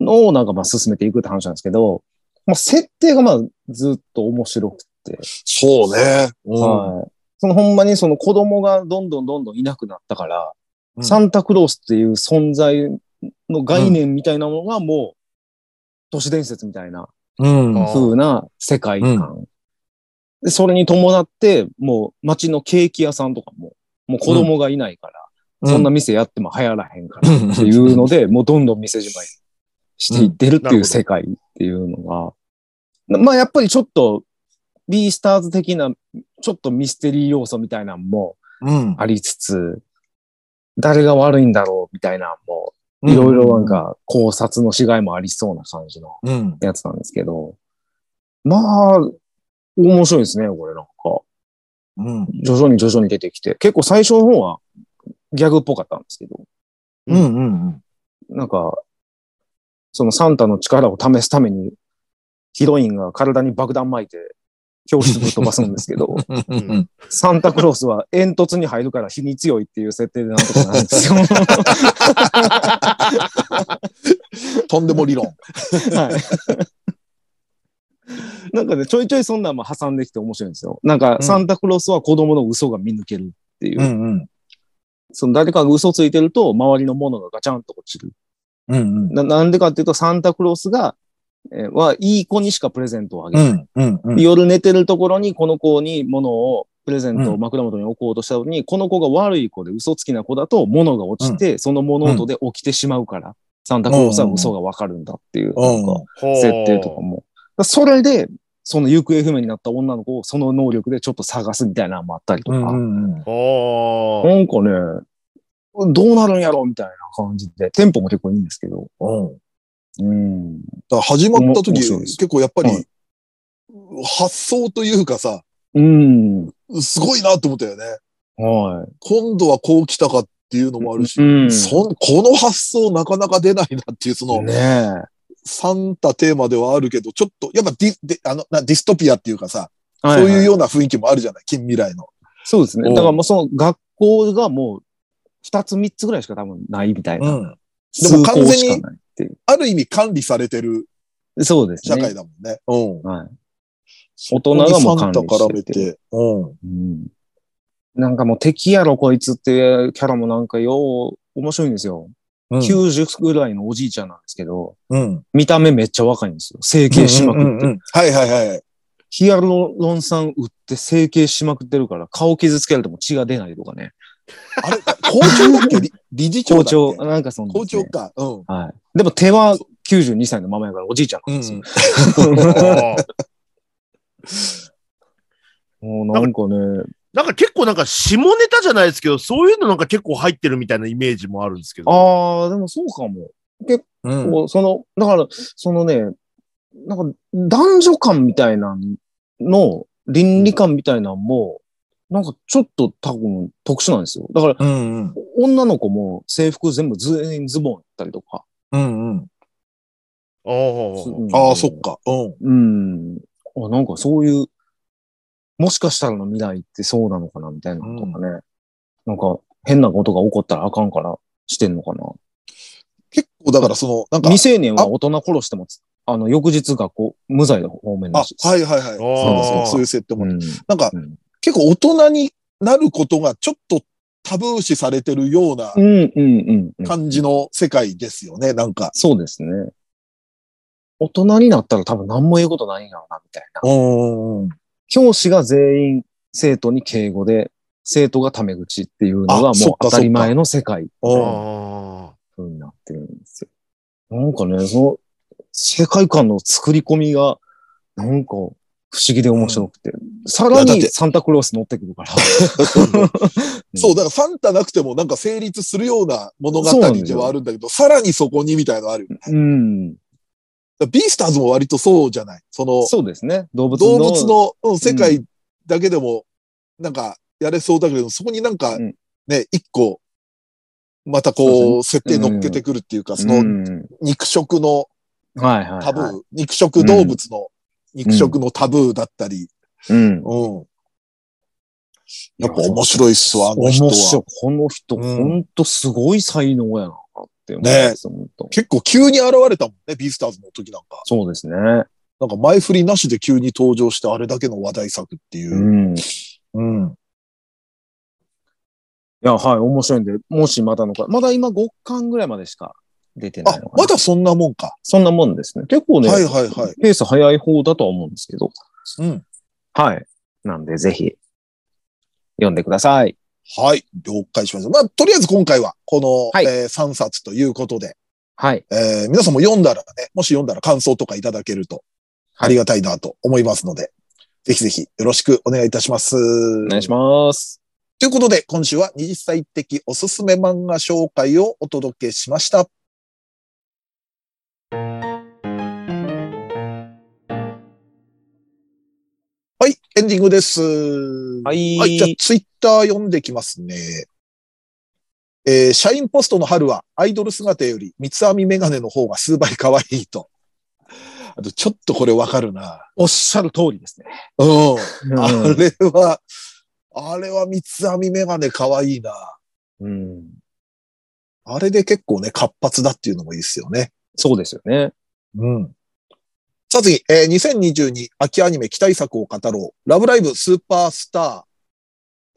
Speaker 3: のを、なんか、まあ、進めていくって話なんですけど、まあ、設定が、まあ、ずっと面白くて、
Speaker 2: そうね。うん
Speaker 3: はい。その、ほんまに、その子供がどんどんどんどんいなくなったから、
Speaker 2: うん
Speaker 3: サンタクロースっていう存在の概念みたいなものが、もう、都市伝説みたいな
Speaker 2: うん。
Speaker 4: あー
Speaker 3: 風な世界観。で、それに伴って、もう、街のケーキ屋さんとかも、もう子供がいないから、そんな店やっても流行らへんからっていうの で、もうどんどん店じまいしていってるって
Speaker 4: うんなる
Speaker 3: いう
Speaker 4: ほど
Speaker 3: 世界っていうのが、まあやっぱりちょっと、ビースターズ的な、ちょっとミステリー要素みたいなのも
Speaker 2: うん。
Speaker 3: ありつつ、誰が悪いんだろうみたいなのも、いろいろなんか考察のしがいもありそうな感じの
Speaker 2: うん。
Speaker 3: やつなんですけど、まあ、面白いですね、これなんか。
Speaker 2: うん。
Speaker 3: 徐々に徐々に出てきて、結構最初の方はギャグっぽかったんですけど、
Speaker 2: うん。うん。うん。
Speaker 3: なんか、そのサンタの力を試すために、ヒロインが体に爆弾巻いて、教室ぶっ飛ばすんですけど、
Speaker 2: うん。
Speaker 3: サンタクロースは煙突に入るから火に強いっていう設定でなんとかなるんですよ。
Speaker 2: とんでも理論。
Speaker 3: はい。なんかね、ちょいちょいそんなんも挟んできて面白いんですよ。なんか、
Speaker 2: ん
Speaker 3: サンタクロースは子供の嘘が見抜けるってい
Speaker 2: ん。
Speaker 3: う。
Speaker 2: うん。
Speaker 3: その誰かが嘘ついてると、周りのものがガチャンと落ちる。
Speaker 2: うん。
Speaker 3: ななんでかっていうと、サンタクロースが、えーは、いい子にしかプレゼントをあげ
Speaker 2: う
Speaker 3: ない。
Speaker 2: ん。うん。うん。
Speaker 3: 夜寝てるところにこの子に物をプレゼントを枕元に置こうとしたのに、この子が悪い子で嘘つきな子だと物が落ちて、その物音で起きてしまうから、サンタクロースは嘘がわかるんだっていうなんか
Speaker 4: ほう
Speaker 3: 設定とかも。だそれで、その行方不明になった女の子をその能力でちょっと探すみたいなのもあったりとか、
Speaker 2: うん。
Speaker 4: ほう
Speaker 3: なんかね、どうなるんやろみたいな感じで、テンポも結構いいんですけど、
Speaker 2: うん。
Speaker 3: う
Speaker 2: だ
Speaker 3: ん。
Speaker 2: から始まった時、
Speaker 3: 面白いです
Speaker 2: 結構やっぱ
Speaker 3: は
Speaker 2: り、発想というかさ、
Speaker 3: うん。
Speaker 2: すごいなと思ったよね。
Speaker 3: は
Speaker 2: 今度はこう来たかっていうのもある
Speaker 3: い。
Speaker 2: し、
Speaker 3: ん
Speaker 2: そんこの発想なかなか出ないなっていう、その、
Speaker 3: ねえ。
Speaker 2: サンタテーマではあるけど、ちょっと、やっぱディディあのなディストピアっていうかさ、
Speaker 3: はは
Speaker 2: そういうような雰囲気もあるじゃない近未来の。
Speaker 3: そうですね。
Speaker 2: うん
Speaker 3: だからもうその学校がもう二つ三つぐらいしか多分ないみたいな。
Speaker 2: ん。でも完全に
Speaker 3: 数校しかないってい
Speaker 2: ある意味管理されてる
Speaker 3: う。そうです
Speaker 2: 社
Speaker 3: ね。
Speaker 2: 会だもんね。うん。
Speaker 3: はい。大人がもう
Speaker 2: サン
Speaker 3: 管
Speaker 2: タ
Speaker 3: 理し
Speaker 2: 絡
Speaker 3: て
Speaker 2: め
Speaker 3: て。
Speaker 2: て。うん。
Speaker 3: うん。なんかもう敵やろこいつっていうキャラもなんかよう面白いんですよ。
Speaker 2: うん
Speaker 3: 90ぐらいのおじいちゃんなんですけど、
Speaker 2: うん。
Speaker 3: 見た目めっちゃ若いんですよ。整形しまくって。
Speaker 2: うんうんうんはいはいはい。
Speaker 3: ヒアルロン酸打って整形しまくってるから顔傷つけられても血が出ないとかね。
Speaker 2: あれ、校長だっけ理理事長だ
Speaker 3: 校
Speaker 2: っけ
Speaker 3: 長、なんかその、
Speaker 2: 校長か。うん。
Speaker 3: はい。でも手は92歳のままやからおじいちゃんなんですよ。
Speaker 4: ほう
Speaker 3: もうなんかね、
Speaker 4: なんか結構なんか下ネタじゃないですけど、そういうのなんか結構入ってるみたいなイメージもあるんですけど。
Speaker 3: ああ、でもそうかも。
Speaker 2: うん
Speaker 3: こうその、だから、そのね、なんか男女間みたいなの倫理観みたいなんも、なんかちょっと多分特殊なんですよ。だから、
Speaker 2: うんうん。
Speaker 3: 女の子も制服全部全員ズボンだったりとか。
Speaker 2: うんうん。
Speaker 4: おー
Speaker 3: うん
Speaker 2: ああ、そっ。か。うん。
Speaker 3: うん。あなんかそういう、もしかしたらの未来ってそうなのかなみたいなのとかね。なんか変なことが起こったらあかんからしてんのかな。
Speaker 2: 結構だからその、なんか、
Speaker 3: 未成年は大人殺しても、あの、翌日学校、無罪の方面
Speaker 2: あ、
Speaker 3: だし。
Speaker 2: はいはいはい。
Speaker 4: お
Speaker 2: そうです
Speaker 4: ー
Speaker 2: ね。そういう設定も
Speaker 3: う
Speaker 2: ね。
Speaker 3: ん。
Speaker 2: なんか
Speaker 3: うん、
Speaker 2: 結構大人になることがちょっとタブー視されてるような
Speaker 3: うん、うん、うんうん。
Speaker 2: 感じの世界ですよね。なんか。
Speaker 3: そうですね。大人になったら多分何も言うことないんやろうな、みたいな。
Speaker 2: うん。
Speaker 3: 教師が全員生徒に敬語で、生徒がタメ口っていうのがもう
Speaker 2: あそっか
Speaker 3: 当たり前の世界
Speaker 4: あ
Speaker 3: 風になってるんですよ。なんかね、その世界観の作り込みが、なんか不思議で面白くて。さら
Speaker 2: いやだっ
Speaker 3: に
Speaker 2: て
Speaker 3: サンタクロース乗ってくるから。
Speaker 2: そう、だからサンタなくてもなんか成立するような物語ではあるんだけど、さらにそこにみたいのあるよね。
Speaker 3: うん。
Speaker 2: だからビースターズも割とそうじゃない。その、
Speaker 3: そうですね。動物の。
Speaker 2: 動物のうん世界だけでも、なんか、やれそうだけど、そこになんか、
Speaker 3: うん
Speaker 2: ね、一個、またこう、設定乗っけてくるっていうか、その、
Speaker 3: の。
Speaker 2: 肉食の
Speaker 3: はいはい、はい。
Speaker 2: タブー、肉食動物の、肉食のタブーだったり、
Speaker 3: うん。
Speaker 2: うん。やっぱ面白いっすわ、あの人
Speaker 3: 面白い
Speaker 2: は。。
Speaker 3: この人、
Speaker 2: うん
Speaker 3: ほんとすごい才能やなって思うんですよ、ほんと
Speaker 2: 結構急に現れたもんね、ビースターズの時なんか。
Speaker 3: そうですね。
Speaker 2: なんか前振りなしで急に登場してあれだけの話題作っていうう。
Speaker 3: ん。い
Speaker 2: うん。
Speaker 3: や、はい、面白いんで、もしまだのか、まだ今5巻ぐらいまでしか出てな
Speaker 2: あ
Speaker 3: いの、かな。
Speaker 2: まだそんなもんか。
Speaker 3: そんなもんですね。結構ね、
Speaker 2: はいはいはい。
Speaker 3: ペース早い方だとは思うんですけど。
Speaker 2: うん。
Speaker 3: はい。なんで、ぜひ、読んでください。
Speaker 2: はい、了解しました。まあ、とりあえず今回は、この、
Speaker 3: はい
Speaker 2: え3冊ということで、
Speaker 3: はい。
Speaker 2: えー皆さんも読んだらね、もし読んだら感想とかいただけると、
Speaker 3: はい
Speaker 2: ありがたいなと思いますので、ぜひぜひよろしくお願いいたします。
Speaker 3: お
Speaker 2: お
Speaker 3: 願いします。
Speaker 2: ということで、今週は20歳的おすすめ漫画紹介をお届けしました。はい、エンディングです。
Speaker 3: はい。
Speaker 2: はい、じゃあ、ツイッター読んできますね。えー社員ポストの春はアイドル姿より三つ編みメガネの方が数倍可愛いと。あと、ちょっとこれわかるな。
Speaker 3: おっしゃる通りですね。
Speaker 2: うん。あ
Speaker 3: うん
Speaker 2: れは、あれは三つ編みメガネ可愛いな。
Speaker 3: うん。
Speaker 2: あれで結構ね、活発だっていうのもいいですよね。
Speaker 3: そうですよね。
Speaker 2: うん。さあ次、えー2022秋アニメ期待作を語ろう。ラブライブスーパースタ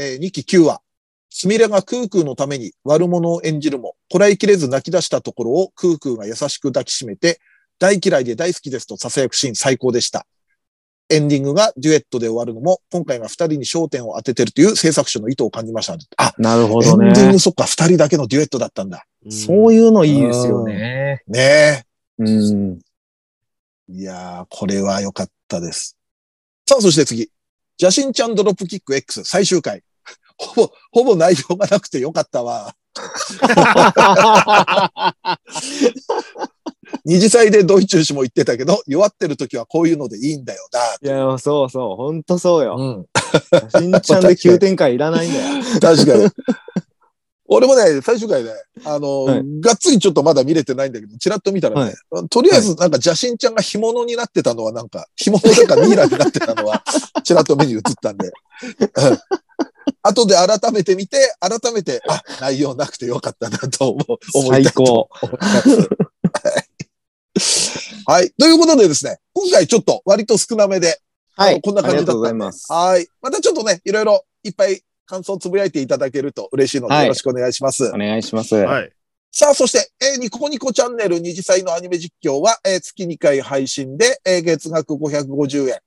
Speaker 2: ー、えー2期9話。スミレがクークーのために悪者を演じるも、こらえきれず泣き出したところをクークーが優しく抱きしめて、大嫌いで大好きですと囁くシーン最高でした。エンディングがデュエットで終わるのも、今回が2人に焦点を当ててるという制作者の意図を感じました。あ、
Speaker 3: なるほ
Speaker 2: エ
Speaker 3: ど
Speaker 2: ンディン
Speaker 3: ね
Speaker 2: グ。そっか、2人だけのデュエットだったんだ。
Speaker 4: ー
Speaker 3: そういうのいいですよね。
Speaker 2: ねえ。
Speaker 3: うん。
Speaker 2: いやー、これは良かったです。さあ、そして次。邪神ちゃんドロップキック X 最終回。 ほぼ、ほぼ内容がなくて良かったわ。二次祭でドイチュー氏も言ってたけど、弱ってる時はこういうのでい いんだよ
Speaker 3: いや、そうそう。ほんとそう
Speaker 2: な。
Speaker 3: よ。
Speaker 2: ん。
Speaker 3: しんちゃんで急展開いらないん だよ。
Speaker 2: 確かに。俺もね、最終回ね、あの、
Speaker 3: はい
Speaker 2: がっつりちょっとまだ見れてないんだけど、チラッと見たらね、とりあえずなんか邪神ちゃんが干物になってたのはなんか、干物とかミイラになってたの は、チラッと目に映ったんで。うん後で改めて見て、改めて、あ、内容なくてよかったなと思う。思いた
Speaker 3: 最
Speaker 2: いと
Speaker 3: 高。
Speaker 2: 思います。はいはい。ということでですね、今回ちょっと割と少なめで、
Speaker 3: は
Speaker 2: あのこんな感じだったんで
Speaker 3: ありがとうございます。
Speaker 2: はい。またちょっとね、いろいろいっぱい感想をつぶやいていただけると嬉しいので、
Speaker 3: はい
Speaker 2: よろしくお願いします。
Speaker 3: お願いします。
Speaker 4: はい。
Speaker 2: さあ、そして、えーニコニコチャンネル二次祭のアニメ実況は、えー月2回配信で、えー月額550円で、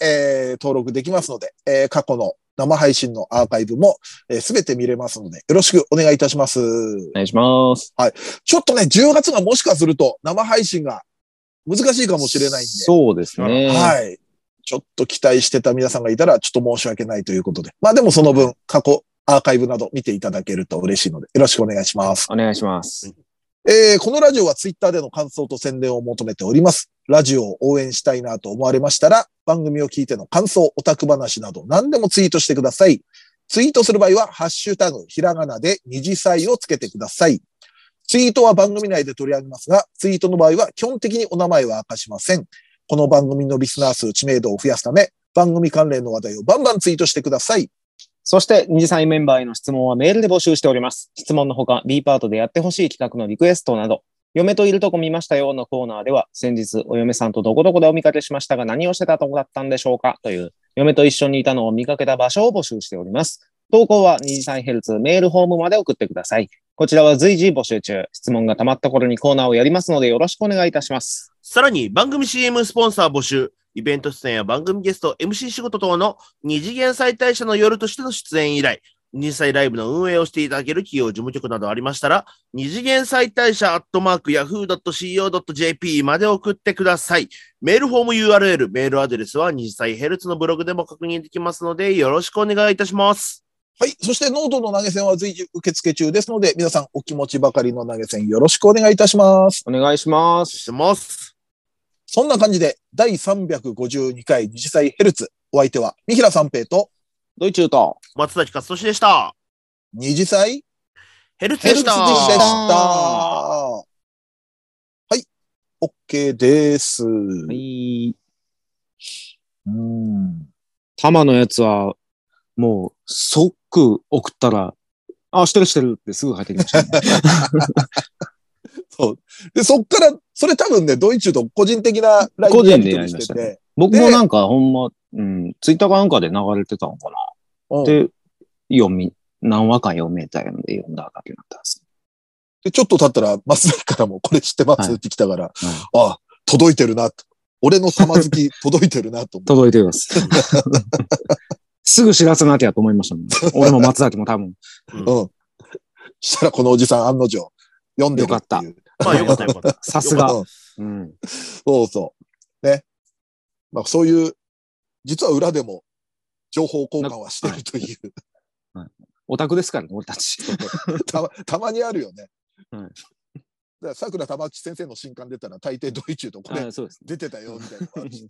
Speaker 2: えー登録できますので、えー過去の生配信のアーカイブも、えー、すべて見れますので、よろしくお願いいたします。
Speaker 3: お願いします。
Speaker 2: ちょっとね、10月がもしかすると生配信が難しいかもしれないんで。
Speaker 3: そうですね。
Speaker 2: はい。ちょっと期待してた皆さんがいたら、ちょっと申し訳ないということで。まあでもその分、過去、アーカイブなど見ていただけると嬉しいので、よろしくお願いします。
Speaker 3: お願いします。
Speaker 2: えーこのラジオはツイッターでの感想と宣伝を求めております。ラジオを応援したいなと思われましたら、番組を聞いての感想、オタク話など何でもツイートしてください。ツイートする場合は、ハッシュタグ、ひらがなで二次祭をつけてください。ツイートは番組内で取り上げますが、ツイートの場合は基本的にお名前は明かしません。この番組のリスナー数、知名度を増やすため、番組関連の話題をバンバンツイートしてください。
Speaker 3: そして、二次祭メンバーへの質問はメールで募集しております。質問のほか、B パートでやってほしい企画のリクエストなど、嫁といるとこ見ましたよのコーナーでは、先日、お嫁さんとどこどこでお見かけしましたが、何をしてたとこだったんでしょうかという、嫁と一緒にいたのを見かけた場所を募集しております。投稿は二次祭ヘルツメールホームまで送ってください。こちらは随時募集中。質問が溜まった頃にコーナーをやりますので、よろしくお願いいたします。
Speaker 4: さらに番組 CM スポンサー募集、イベント出演や番組ゲスト、MC 仕事等の二次元再大社の夜としての出演以来、二次祭ライブの運営をしていただける企業、事務局などありましたら、二次元再大社アットマーク yahoo.co.jp まで送ってください。メールフォーム URL、メールアドレスは二次祭ヘルツのブログでも確認できますので、よろしくお願いいたします。
Speaker 2: はい。そしてノートの投げ銭は随時受付中ですので、皆さんお気持ちばかりの投げ銭よろしくお願いいたします。
Speaker 3: お願いしま
Speaker 4: し
Speaker 3: す。
Speaker 4: てます。
Speaker 2: そんな感じで、第352回二次祭ヘルツ。お相手は、三平三平と
Speaker 3: ドイチューと。
Speaker 4: 松崎勝利でした。
Speaker 2: 二次祭
Speaker 4: ヘルツ
Speaker 2: ヘ
Speaker 4: で
Speaker 2: ルツで
Speaker 4: し。
Speaker 2: したた。はい。OK です。
Speaker 3: はい。
Speaker 2: うん
Speaker 3: タマのやつは、もう、即送ったら、あ、してるしてるってすぐ入ってきました、 ね。
Speaker 2: そう。で、そっから、それ多分ね、ドイツと個人的なライブ
Speaker 3: 個人
Speaker 2: り
Speaker 3: で
Speaker 2: 取
Speaker 3: や
Speaker 2: り
Speaker 3: りま
Speaker 2: し
Speaker 3: してた
Speaker 2: て、
Speaker 3: ね僕もなんか、ほんま、うん、ツイッターかなんかで流れてたのか
Speaker 2: うん
Speaker 3: な。で、読み、何話か読めたんで読んだだけだったんです。
Speaker 2: でちょっと経ったら、松崎からもこれ知ってます、
Speaker 3: はい
Speaker 2: って来たから、ああ、届いてるなと。俺の玉突き届いてるなと思って。
Speaker 3: 届いてます。 すぐ知らせなきゃと思いましたもん。 俺も松崎も多分。
Speaker 2: うん。したらこのおじさん案の定、読んでるっていう。
Speaker 4: まあよかったよかった。
Speaker 3: さすが。
Speaker 2: うん
Speaker 3: うん。
Speaker 2: そうそう。ね。まあそういう、実は裏でも情報交換はしてるという。
Speaker 3: オタクですからね、俺たち。
Speaker 2: たまたまにあるよね。
Speaker 3: はい
Speaker 2: だから桜玉吉先生の新刊出たら大抵ドイツとこれ
Speaker 3: あそうです。
Speaker 2: 出てたよみたいなのもあるしね